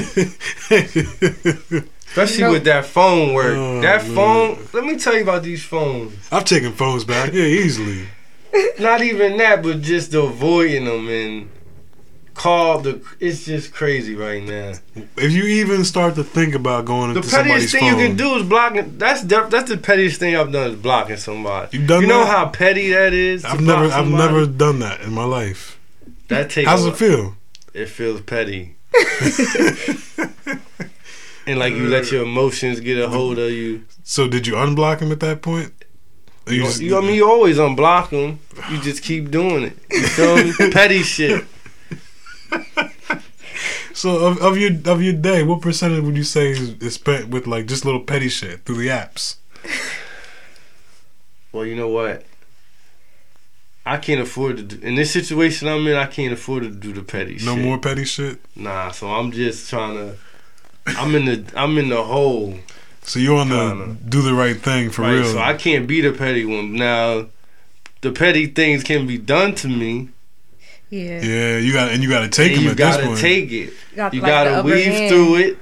D: especially
F: No.
D: with that phone work.
E: Oh,
D: that
E: man.
D: phone. Let me tell you about these phones.
E: I've taken phones back, yeah, easily.
D: Not even that, but just avoiding them and called the. It's just crazy right now.
E: If you even start to think about going
D: The
E: into somebody's
D: pettiest thing
E: phone,
D: you can do is blocking. That's def- that's the pettiest thing I've done is blocking somebody.
E: You've done
D: you know
E: that?
D: how petty that is. to
E: I've never,
D: block
E: I've
D: somebody?
E: never done that in my life.
D: That takes.
E: How's
D: a
E: it feel?
D: It feels petty. and like you let your emotions get a hold of you.
E: So did you unblock him at that point? Or
D: You,
E: just-
D: you- I mean, you always unblock them. You just keep doing it. You feel me? Petty shit.
E: so of, of your of your day, what percentage would you say is, is spent with like just little petty shit through the apps?
D: Well, you know what? I can't afford to. Do, in this situation I'm in, I can't afford to do the petty.
E: No
D: shit.
E: more petty shit.
D: Nah. So I'm just trying to. I'm in the. I'm in the hole.
E: So you on the
D: Kinda.
E: do the right thing for
D: right.
E: real?
D: So I can't be the petty one now. The petty things can be done to me.
F: Yeah.
E: yeah, you got and you got to take
D: and
E: him
D: you
E: at
D: gotta
E: this point.
D: take it.
F: Got,
D: You
F: like, the
D: gotta
F: upper
D: weave
F: hand.
D: through it.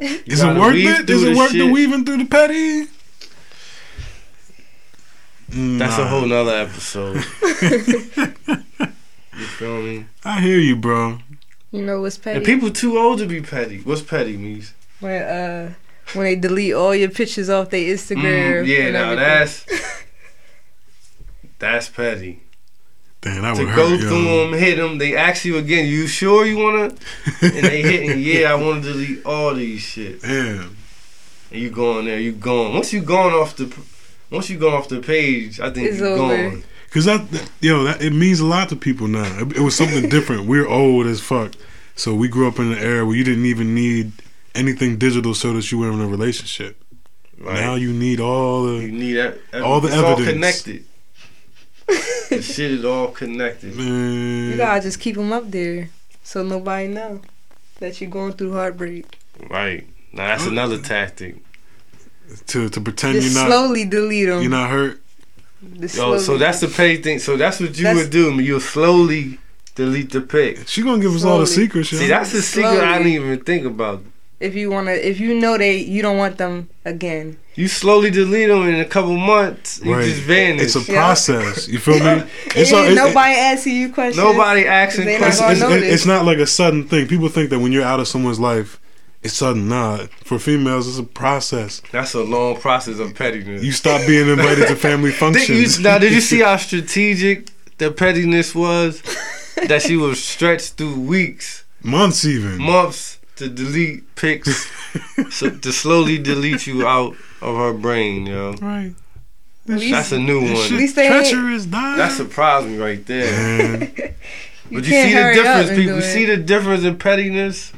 D: You
E: Is it
D: gotta
E: worth
D: weave
E: it?
D: through
E: Is it
D: the
E: worth the
D: shit.
E: weaving through the petty?
D: That's
E: Nah.
D: a whole nother episode. you feel me?
E: I hear you, bro.
F: You know what's petty?
D: And people too old to be petty. What's petty means?
F: when uh when they delete all your pictures off their Instagram.
D: Mm, yeah,
F: and
D: now
F: everything.
D: that's that's petty.
E: Damn, that
D: To
E: would
D: go
E: hurt.
D: through
E: Yo.
D: them, hit them. They ask you again. You sure you wanna? And they hitting. Yeah, I want to delete all these shit.
E: Damn.
D: And you going there? You gone. Once you gone off the, once you gone off the page, I think
F: It's
D: you
F: over.
D: gone.
E: Cause that, that- yo, that, it means a lot to people now. It, it was something different. We're old as fuck, so we grew up in an era where you didn't even need anything digital so that you were in a relationship.
D: Right.
E: Now you need all
D: You
E: the
D: need that.
E: All the
D: it's All
E: evidence.
D: connected. the shit is all connected.
E: man.
F: You gotta just keep them up there, so nobody know that you're going through heartbreak.
D: Right. Now that's another tactic.
E: to to pretend
F: Just
E: you're not
F: slowly delete them.
E: you're not hurt.
D: Oh, so that's the petty thing. So that's what you
F: That's-
D: would do. You'll slowly delete the pic.
E: She gonna give us all the
F: Slowly.
E: secrets. Yo.
D: See, that's the secret I
F: Slowly.
D: didn't even think about.
F: if you wanna if you know they you don't want them again.
D: You slowly delete them in a couple months. You
E: Right.
D: just vanish.
E: It's a
F: Yeah.
E: process. You feel me? It's,
F: And
E: all- it- it-
F: nobody asking you questions.
D: Nobody asking
F: They not
E: it's,
D: questions.
F: gonna
E: it's,
F: know
E: it's
F: this.
E: not like a sudden thing. People think that when you're out of someone's life, it's sudden. Nah, for females, it's a process.
D: That's a long process of pettiness.
E: You stop being invited to family
D: Did you-
E: functions.
D: now, did you see how strategic the pettiness was? that she was stretched through weeks,
E: months even?
D: months to delete pics, so, to slowly delete you out of her brain, yo.
E: right.
F: At
D: That's
F: least,
D: a new one.
F: least they ain't-
E: treacherous dying.
D: That surprised me right there.
E: Man,
D: But
F: You
D: you see
F: can't
D: the
F: hurry up
D: difference,
F: and do
D: people. You
F: it.
D: see the difference in pettiness.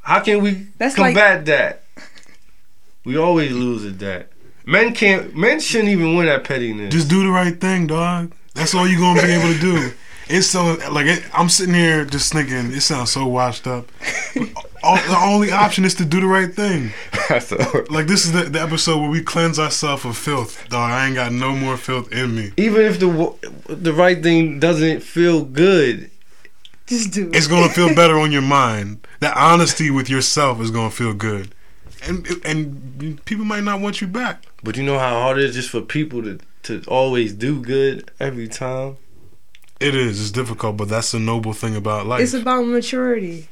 D: How can we
F: That's
D: combat that? We always lose at that. Men can't. Men shouldn't even win at pettiness.
E: just do the right thing, dog. That's all you're gonna be able to do. It's so like it, I'm sitting here just thinking it sounds so washed up. But all, the only option is to do the right thing. Like this is the, the episode where we cleanse ourselves of filth, dog. I ain't got no more filth in me.
D: even if the wo- the right thing doesn't feel good,
F: just do it.
E: It's gonna feel better on your mind. That honesty with yourself is gonna feel good, and and people might not want you back.
D: but you know how hard it is just for people to to always do good every time.
E: It is. It's difficult, but that's the noble thing about life.
F: It's about maturity.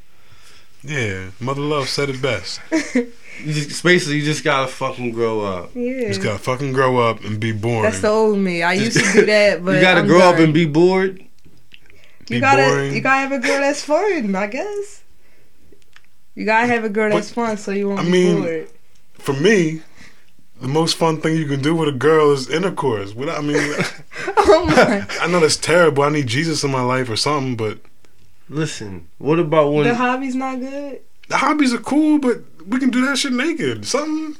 E: yeah, Mother Love said it best.
D: You just basically you just gotta fucking grow up.
F: Yeah.
E: Just gotta fucking grow up and be boring.
F: That's the old me. I used to do that, but
D: you gotta
F: I'm
D: grow up
F: done.
D: and be bored.
E: be
F: you gotta
E: boring.
F: you gotta have a girl that's fun, I guess. You gotta have a girl
E: But-
F: that's fun so you won't
E: I
F: be
E: mean-
F: bored.
E: For me, the most fun thing you can do with a girl is intercourse. What I mean,
F: Oh my
E: I know that's terrible. I need Jesus in my life or something, but
D: Listen, what about when
F: the hobby's not good?
E: the hobbies are cool. But we can do that shit naked. Something.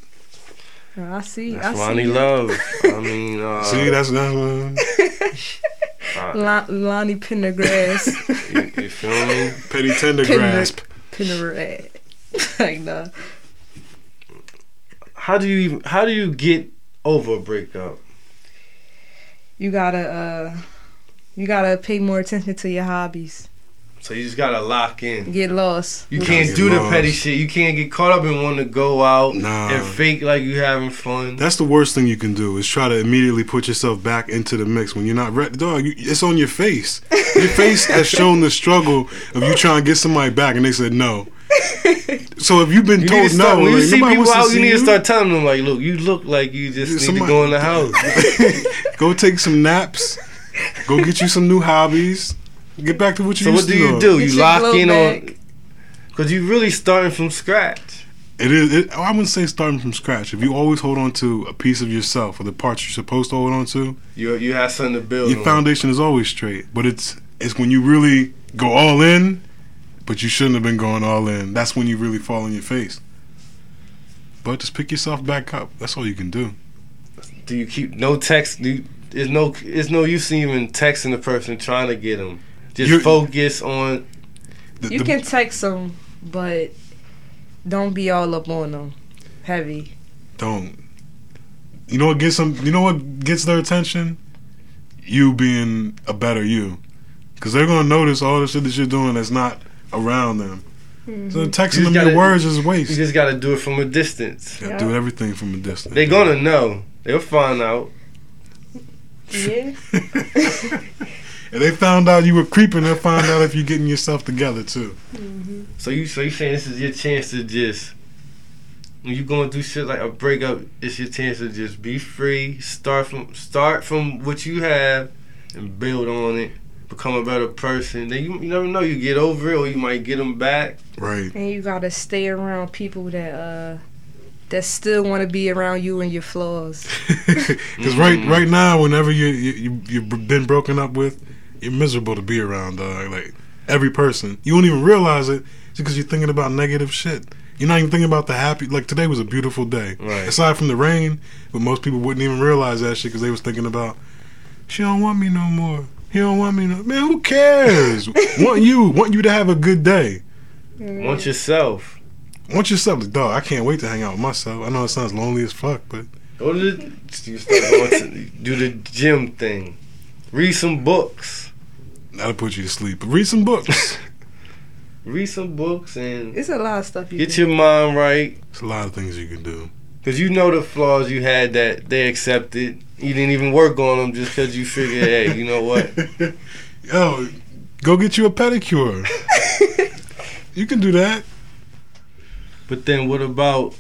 F: No, Oh, I see
D: That's
F: I see
D: Lonnie
F: you.
D: Love. I mean, uh,
E: See, that's that's. Uh,
F: Lon- Lonnie Pendergrass.
D: you, you feel me?
E: Petty tender
F: Kinder-
E: grasp.
F: Pendergrass. like nah.
D: How do you even, how do you get over a breakup?
F: You gotta uh you gotta pay more attention to your hobbies.
D: So you just gotta lock in.
F: Get lost.
D: You can't
E: Get
D: do the
E: lost.
D: petty shit. You can't get caught up in wanting to go out
E: Nah.
D: and fake like you having fun.
E: That's the worst thing you can do is try to immediately put yourself back into the mix when you're not ready. Dog, you, it's on your face. Your face has shown the struggle of you trying to get somebody back, and they said no. So if you've been
D: You need
E: told
D: to start,
E: no,
D: when you
E: like,
D: see
E: nobody
D: people
E: wants to
D: out, you
E: see
D: need to start telling them like, look, you look like you just
E: Yeah,
D: need
E: somebody-
D: to go in the house.
E: go take some naps, go get you some new hobbies, get back to what you
D: so
E: used
D: what
E: to
D: do you
E: love.
D: do?
F: Get
D: You
F: your
D: lock
F: glow
D: in on
F: back.
D: because you really starting from scratch.
E: It is. It, I wouldn't say starting from scratch. If you always hold on to a piece of yourself or the parts you're supposed to hold on to,
D: You you have something to build.
E: your
D: on.
E: foundation is always straight. But it's it's when you really go all in, but you shouldn't have been going all in. That's when you really fall on your face. But just pick yourself back up. That's all you can do.
D: Do you keep no text? Do you, it's no it's no use even texting the person trying to get them. Just
E: You're-
D: focus on.
E: The-
F: You
E: the-
F: can text them, but don't be all up on them. Heavy.
E: don't. You know what gets them? You know what gets their attention? You being a better you, because they're gonna notice all the shit that you're doing that's not around them. So texting
D: You
E: them
D: just
E: your
D: gotta-
E: words is waste.
D: You just got to do it from a distance.
E: Yeah, do everything from a distance.
D: They're gonna know. They'll find out.
F: Yeah.
E: If they found out you were creeping, they'll find out if you're getting yourself together too.
D: So you so you saying this is your chance to just when you going through shit like a breakup, it's your chance to just be free, start from start from what you have and build on it, become a better person. Then you you never know, you get over it or you might get them back.
E: Right.
F: And you gotta stay around people that uh that still want to be around you and your flaws.
E: Because right, right now, whenever you, you you you've been broken up with, you're miserable to be around. Dog. Like every person, you won't even realize it because you're thinking about negative shit. You're not even thinking about the happy. Like today was a beautiful day,
D: Right.
E: aside from the rain. But most people wouldn't even realize that shit because they was thinking about she don't want me no more. He don't want me no man. Who cares? want you? Want you to have a good day?
D: Want yourself.
E: Want yourself to dog? I can't wait to hang out with myself. I know it sounds lonely as fuck, but
D: Go to the, you start going to do the gym thing. Read some books.
E: that'll put you to sleep. But read some books.
D: Read some books and
F: It's a lot of stuff you
D: get
F: can-
D: your mind right.
E: There's a lot of things you can do.
D: Cause you know the flaws you had that they accepted. You didn't even work on them just cause you figured, hey, you know what?
E: Yo, go get you a pedicure. you can do that.
D: But then what about?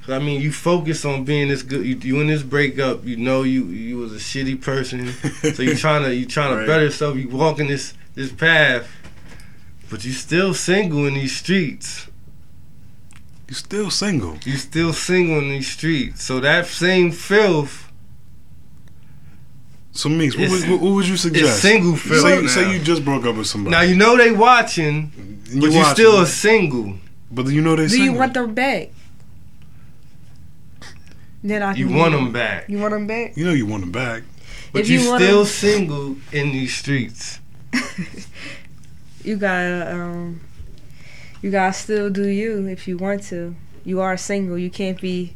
D: 'cause I mean, you focus on being this good. You, you in this breakup. You know you you was a shitty person. So you trying to you trying to
E: Right.
D: better yourself. You walking this this path, but you still single in these streets.
E: You still single.
D: You still single in these streets. So that same filth
E: So Meeks, what,
D: It's-
E: would, what, what would you suggest?
D: single
E: Say,
D: film now.
E: say you just broke up with somebody.
D: Now you know they watching,
E: And
D: but you
E: watching.
D: still a single.
E: But you know they.
F: Do you want them back? Then I
D: You
F: can-
D: want them back.
F: Mm-hmm. You want them back?
E: You know you want them back.
D: But
F: If
D: you,
F: you wanna-
D: still single in these streets.
F: You gotta um you gotta still do you if you want to. You are single. You can't be.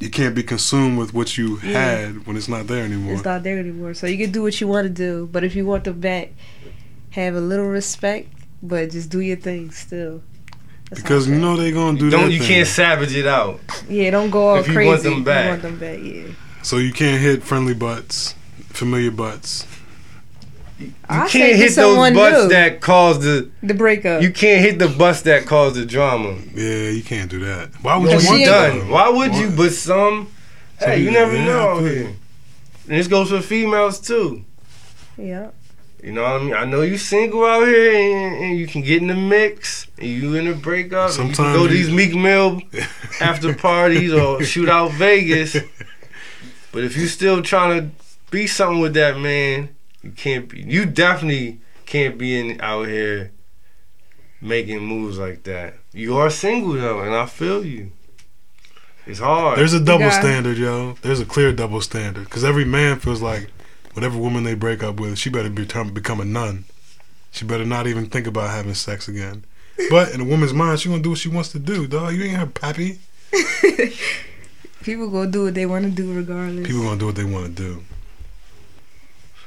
E: You can't be consumed with what you
F: Yeah.
E: had when it's not there anymore.
F: It's not there anymore. So you can do what you want to do. But if you want them back, have a little respect. But just do your thing still. That's all
E: because
F: I'm
E: you know they gonna do
D: Don't
E: their
D: you
E: thing.
D: can't savage it out.
F: Yeah, don't go all
D: If you
F: crazy.
D: want them back.
F: You want them back, yeah.
E: So you can't hit friendly butts, familiar butts.
D: You
F: I say
D: can't
F: get
D: hit those
F: someone
D: butts
F: new.
D: that cause the
F: The breakup.
D: you can't hit the bus that caused the drama.
E: Yeah, you can't do that. Why would
F: Well,
E: you
F: she
E: want
F: ain't-
E: that?
D: Done. Why would you? But some hey, you never know out here. And this goes for females too.
F: yeah.
D: You know what I mean? I know you single out here and, and you can get in the mix and you in a breakup. and you can
E: Sometimes
D: go to
E: you-
D: these Meek Mill after parties or shoot out Vegas. But if you still trying to be something with that man, you can't be. You definitely can't be in out here making moves like that. You are single though, and I feel you. It's hard.
E: There's a double
F: gotta-
E: standard, yo. There's a clear double standard because every man feels like whatever woman they break up with, she better become become a nun. She better not even think about having sex again. But in a woman's mind, she gonna do what she wants to do, dog. You ain't her pappy.
F: People gonna do what they want to do regardless.
E: People gonna do what they want to do.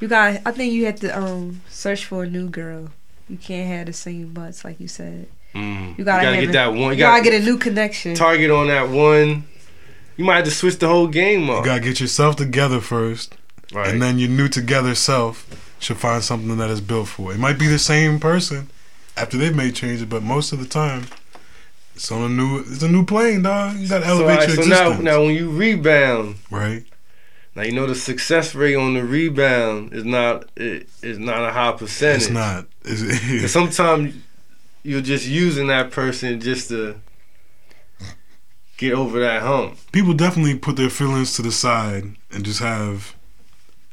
F: You got. I think you have to um search for a new girl. You can't have the same butts like you said.
D: Mm.
F: You gotta, have
D: get
F: a-
D: that one.
F: You gotta get a new connection.
D: target on that one. You might have to switch the whole game
E: You
D: up.
E: gotta get yourself together first,
D: right.
E: and then your new together self should find something that is built for. It might be the same person after they've made changes, but most of the time, it's on a new it's a new plane, dog. You gotta
D: so,
E: elevate
D: alright,
E: your
D: so now,
E: existence,
D: now when you rebound,
E: right?
D: now you know the success rate on the rebound is not it is not a high percentage.
E: It's not. It's,
D: And sometimes you're just using that person just to get over that hump.
E: people definitely put their feelings to the side and just have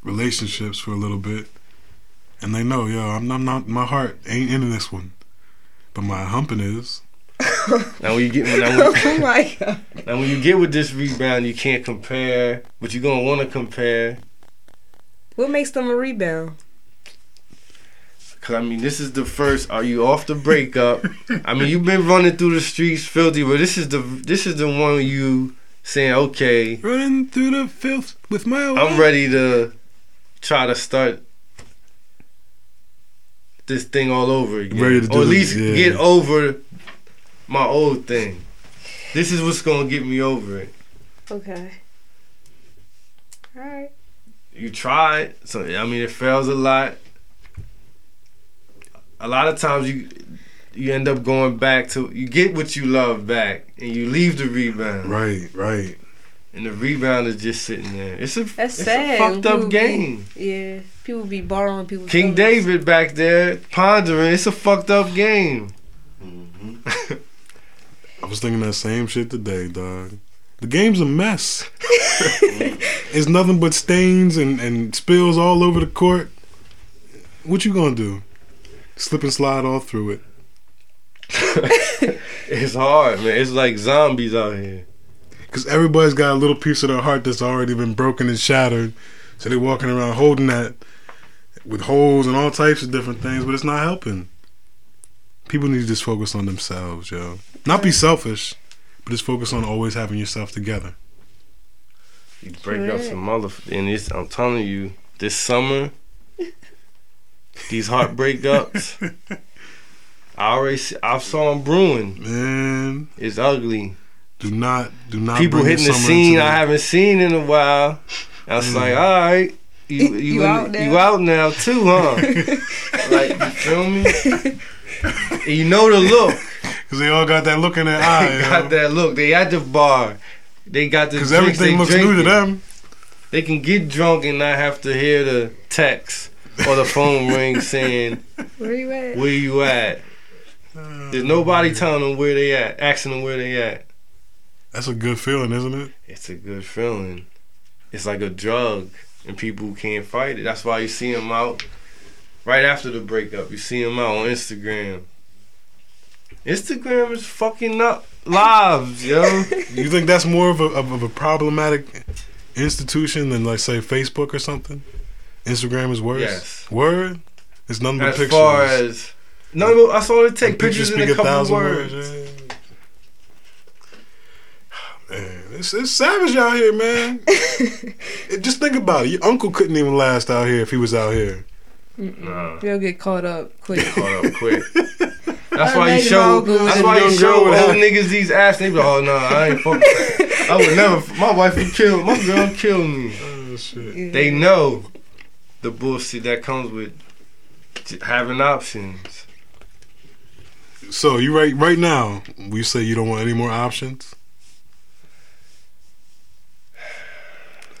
E: relationships for a little bit, and they know, yo, I'm, I'm not. My heart ain't into this one, but my humping is.
D: Now when you get now when,
F: oh my god.
D: now when you get with this rebound, you can't compare, but you're gonna want to compare.
F: What makes them a rebound?
D: Cause I mean, this is the first. Are you off the breakup? I mean, you've been running through the streets filthy, but this is the this is the one you saying, okay,
E: Running through the filth with my.
D: I'm ready to try to start this thing all over again,
E: Ready to do
D: or at
E: it,
D: least
E: yeah.
D: get over my old thing. This is what's gonna get me over it.
F: Okay. Alright.
D: You tried, so I mean, it fails a lot. A lot of times you you end up going back to you get what you love back, and you leave the rebound.
E: Right, right.
D: And the rebound is just sitting there. It's a
F: That's
D: it's
F: sad.
D: a fucked
F: People
D: up
F: be-
D: game.
F: Yeah. People be borrowing people.
D: King David back there pondering. It's a fucked up game.
E: I was thinking that same shit today, dog. The game's a mess. it's nothing but stains and, and spills all over the court. What you gonna do? Slip and slide all through it.
D: It's hard, man. It's like zombies out here.
E: Because everybody's got a little piece of their heart that's already been broken and shattered. So they're walking around holding that with holes and all types of different things, but it's not helping. People need to just focus on themselves, yo. Not be selfish, but just focus on always having yourself together.
D: You break up some motherfuckers, and it's, I'm telling you, this summer, these heart breakups. I already, see, I saw them brewing.
E: Man,
D: It's ugly.
E: do not, do not.
D: People
E: bring
D: hitting the
E: summer
D: scene
E: into
D: I
E: the- Mm.
D: haven't seen in a while. I was like, all right, you you,
F: You
D: in-
F: out now?
D: you out now too, huh? like you feel me? And you know the look.
E: Cause they all got that look in their
D: They
E: eye.
D: got that look. They at the bar. They got the
E: Because
D: drinks, they
E: everything looks new to
D: drinking.
E: them.
D: They can get drunk and not have to hear the text or the phone ring saying
F: Where you at?
D: where you at. There's
E: Mm.
D: nobody telling them where they at, asking them where they at.
E: That's a good feeling, isn't it?
D: It's a good feeling. It's like a drug, and people can't fight it. That's why you see them out right after the breakup. You see them out on Instagram. Instagram is fucking up lives, yo.
E: You think that's more of a of, of a problematic institution than like say Facebook or something? Instagram is worse.
D: Yes.
E: Word. It's nothing but
D: as
E: pictures.
D: far as no, no, I saw it
E: And
D: take pictures, in a couple words.
E: yeah. Oh, Man, it's, it's savage out here, man. It- Just think about it. Your uncle couldn't even last out here if he was out here.
D: Nah,
F: They'll get caught up quick.
D: caught up quick. That's
F: I
D: why you
F: imagine
D: show.
F: all good
D: That's
F: and
D: why you
E: young
D: show
E: girl would
D: old
E: have-
D: niggas these ass. They be like, oh no, I ain't fuck. I would never. My wife would kill. My girl would kill me.
E: Oh shit.
F: Yeah.
D: They know the bullshit that comes with j- having options.
E: So you right right now, we say you don't want any more options.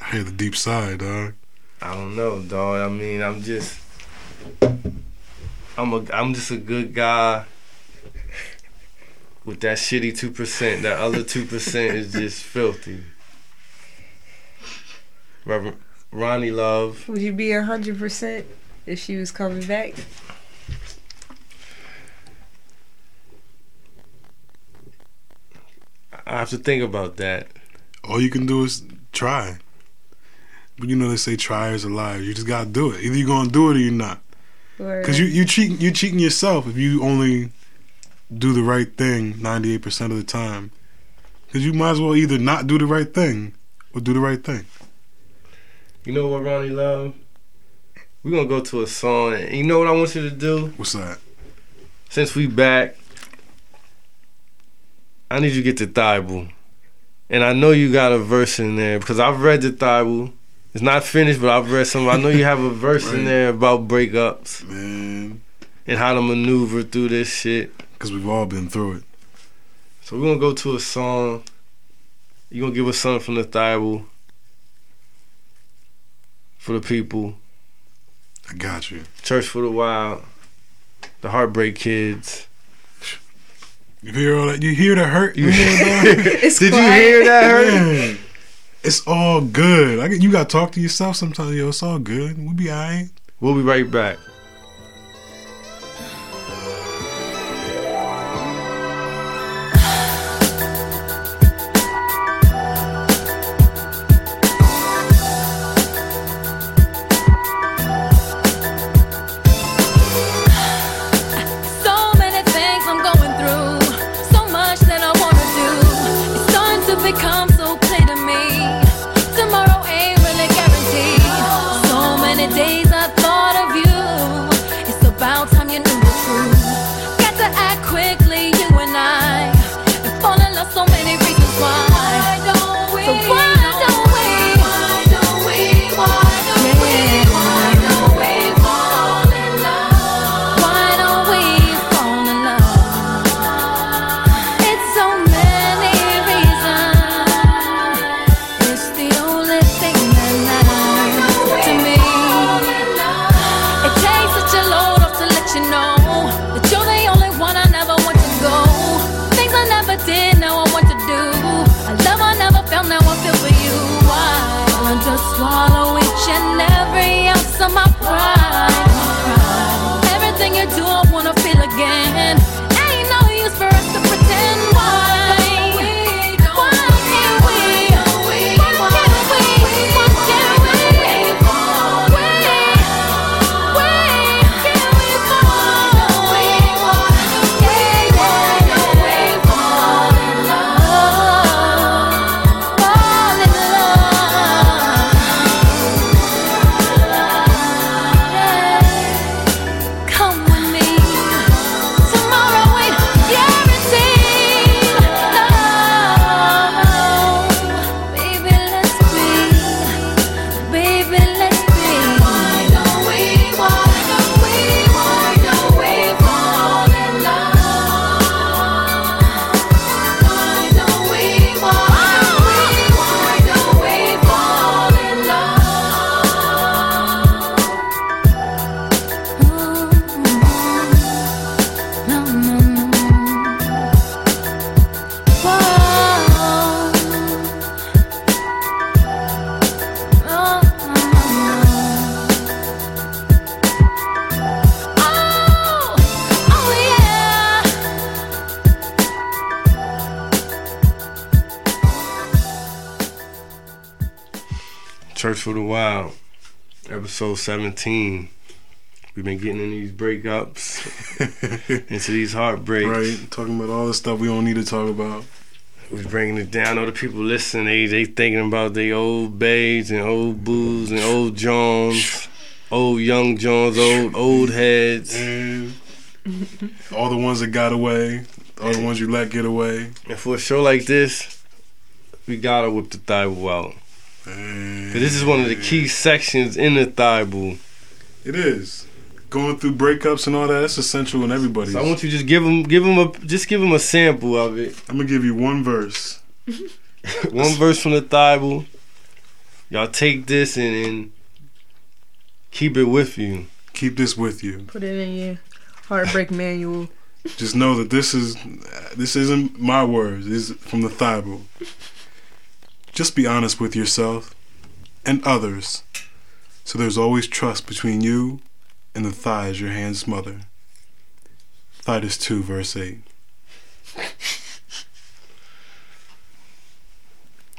E: I hear the deep side, dog.
D: I don't know, dog. I mean, I'm just, I'm a, I'm just a good guy. With that shitty two percent, that other two percent is just filthy. Reverend Ronnie Love,
F: Would you be hundred percent if she was coming back?
D: I have to think about that.
E: All you can do is try. But you know they say triers are liars. You just gotta do it. Either you're gonna do it or you're not.
F: Or
E: Because you you cheating you cheating yourself if you only do the right thing ninety eight percent of the time. Because you might as well either not do the right thing or do the right thing.
D: You know what, Ronnie Love? We're gonna go to a song, and you know what I want you to do?
E: What's that?
D: since we back, I need you to get the Bible, and I know you got a verse in there because I've read the Bible. It's not finished, but I've read some. I know you have a verse in
E: Right.
D: there about breakups
E: man.
D: and how to maneuver through this shit.
E: Because we've all been through it.
D: So we're gonna go to a song. You gonna give us something from the Bible for the people.
E: I got you.
D: Church for the Wild, the Heartbreak Kids.
E: You hear all that? You hear the hurt? You
F: It's
D: Did you
F: quiet.
D: hear that hurt?
E: Man, it's all good. I get, you got to talk to yourself sometimes. Yo, it's all good. We'll be all right.
D: We'll be right back.
K: So many things I'm going through, so much that I wanna do. It's starting to become so clear to me. Tomorrow ain't really guaranteed. So many days I thought of you. It's about time you knew the truth. Got to act quickly, you and I. And fall in love, so many reasons why. Why don't we? So why don't we? Why don't we? Why don't we? Why don't we fall in love? Why don't we fall in love? It's so many reasons. It's the only thing that matters to me. It takes such a load off to let you know that you're the only one I never want to go. Things I never did, now I want to do. A love I never felt, now I feel for you. Why? I just swallow each and every ounce of my pride. Everything you do, I wanna feel again. Ain't no use for us to pretend. Why? Why can't we? Why can't we? Why can't we? We- we can't we fall? Yeah, yeah, yeah. Fall in love. Fall in love. Come with me. Tomorrow ain't guaranteed. No, baby, let's be, baby, let's be. Why don't we? Why don't we? Why don't we fall in love? Why don't we? Why don't we? Why don't we fall in love? No, no, no. Whoa. No, no, no, no. Oh, oh yeah.
D: Church for the Wild, episode 17. We've been getting in these breakups, into these heartbreaks.
E: right? Talking about all the stuff we don't need to talk about.
D: We're bringing it down. All the people listening, they, they thinking about their old babes and old booze and old Jones, old young Jones, old old heads.
E: And all the ones that got away, all the ones you let get away.
D: And for a show like this, we gotta whip the Bible out.
E: And
D: 'Cause this is one of the key sections in the Bible.
E: It is. Going through breakups and all that, that's essential in everybody's.
D: So I want you to just give them, give them a, just give them a sample of it.
E: I'm going to give you one verse.
D: One verse from the Bible. Y'all take this and, and keep it with you.
E: Keep this with you.
F: Put it in your heartbreak manual.
E: Just know that this is this isn't my words. This is from the Bible. Just be honest with yourself and others, so there's always trust between you and the thighs your hands smother. Titus two verse eight.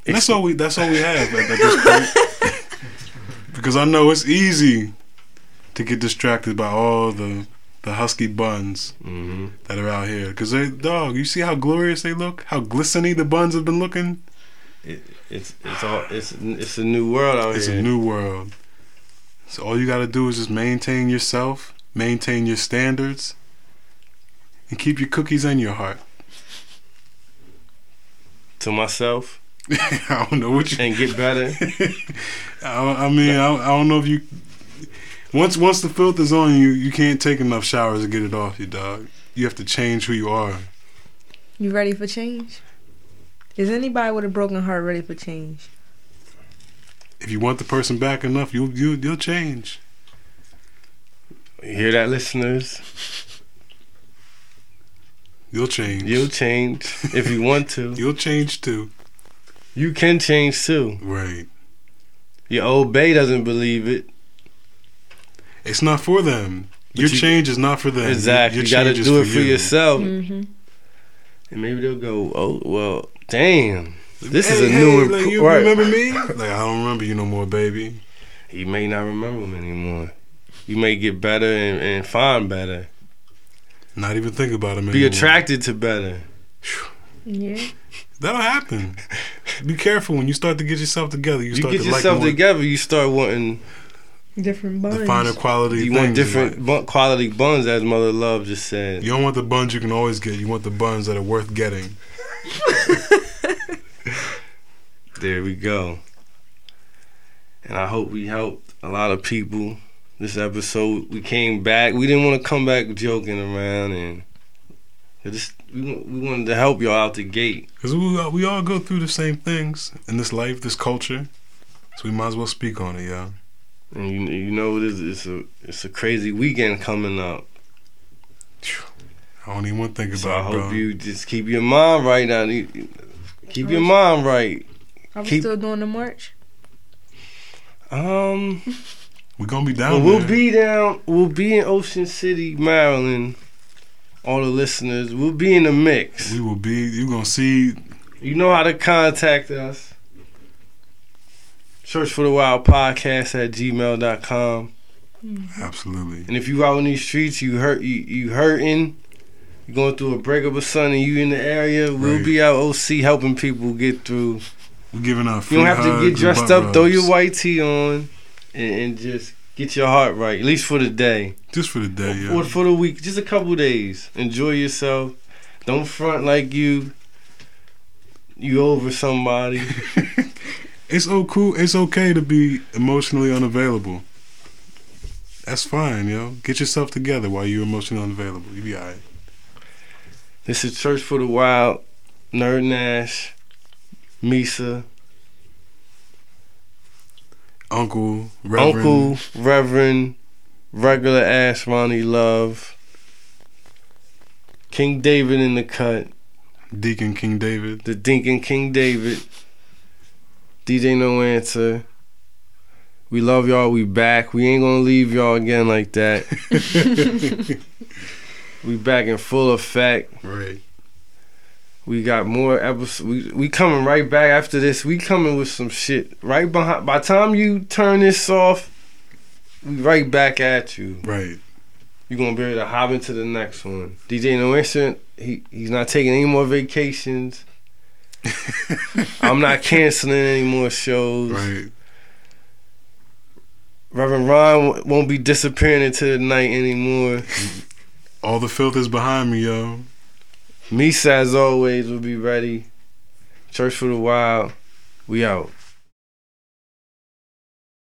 E: And that's all we. That's all we have at, at this point. because I know it's easy to get distracted by all the the husky buns
D: Mm-hmm.
E: that are out here. Cause they, dog, you see how glorious they look, how glistening the buns have been looking.
D: It's it's all it's it's a new world out
E: It's
D: here.
E: a new world. So all you gotta do is just maintain yourself, maintain your standards, and keep your cookies in your heart.
D: To myself.
E: I don't know what you
D: and get better.
E: I, I mean, I, I don't know if you. Once once the filth is on you, you can't take enough showers to get it off you, dog. You have to change who you are.
F: You ready for change? Is anybody with a broken heart ready for change?
E: If you want the person back enough, you you you'll change.
D: You hear that, listeners?
E: You'll change.
D: You'll change if you want to.
E: You'll change too.
D: You can change too.
E: Right.
D: Your old bay doesn't believe it.
E: It's not for them. your
D: you-
E: change is not for them. Your-
D: exactly.
E: Your
D: you got to
E: change is
D: do it for
E: you.
D: yourself.
F: Mm-hmm.
D: And maybe they'll go, oh, well, damn. This is
E: Hey,
D: a
E: hey,
D: new and
E: like,
D: pro-
E: you
D: right.
E: remember me? Like I don't remember you no more, baby.
D: You may not remember him anymore. You may get better and, and find better.
E: Not even think about it.
D: Be attracted to better.
F: Yeah.
E: That'll happen. Be careful when you start to get yourself together. You,
D: You,
E: start
D: get
E: to
D: yourself
E: like more,
D: together, you start wanting
F: Different
E: the
F: buns.
E: finer quality.
D: you want
E: things in
D: different
E: life.
D: bun- quality buns, as Mother Love just said.
E: You don't want the buns you can always get. You want the buns that are worth getting.
D: There we go. And I hope we helped a lot of people this episode. We came back. We didn't want to come back joking around and it just we, wa- we wanted to help y'all out the gate.
E: Because we, all- we all go through the same things in this life, this culture. So we might as well speak on it, y'all.
D: And you, you know it is it's a it's a crazy weekend coming up.
E: I don't even want to think
D: So I
E: about it,
D: hope
E: bro.
D: you just keep your mind right now. You- you- Keep your mind right.
F: Are we
D: keep-
F: still doing the march?
D: Um
E: We're going to be down
D: Well, we'll
E: there.
D: be down. We'll be in Ocean City, Maryland. All the listeners, we'll be in the mix.
E: we will be. You're going to see.
D: You know how to contact us. Search for the Wild Podcast at gmail.com.
E: Absolutely.
D: And if you out in these streets, you hurt, you, you hurting, you going through a breakup or something, and you in the area, we'll
E: Right.
D: be out OC helping people get through.
E: We're giving out free
D: You don't have to
E: hugs
D: get
E: and
D: dressed
E: butt
D: up, throw
E: rubs.
D: your white tee on, and, and just get your heart right, at least for the day.
E: Just for the day, yeah.
D: Or for the week, just a couple days. Enjoy yourself. Don't front like you you over somebody.
E: It's oh cool. It's okay to be emotionally unavailable. That's fine, yo. Get yourself together while you're emotionally unavailable. You be alright.
D: this is Church for the Wild, Nerd Nash, Misa,
E: Uncle, Reverend,
D: Uncle, Reverend, regular ass Ronnie Love, King David in the cut,
E: Deacon King David.
D: the Dinkin' King David, DJ No Answer. We love y'all. We back. We ain't gonna leave y'all again like that. We back in full effect.
E: right.
D: We got more episodes. We we coming right back after this. We coming with some shit right behind. By the time you turn this off, we right back at you.
E: Right.
D: You gonna be able to hop into the next one. DJ No Instant. He he's not taking any more vacations. I'm not canceling any more shows.
E: Right.
D: Reverend Ron w- won't be disappearing into the night anymore.
E: All the filth is behind me, yo.
D: Misa, as always, will be ready. Church for the Wild. We out.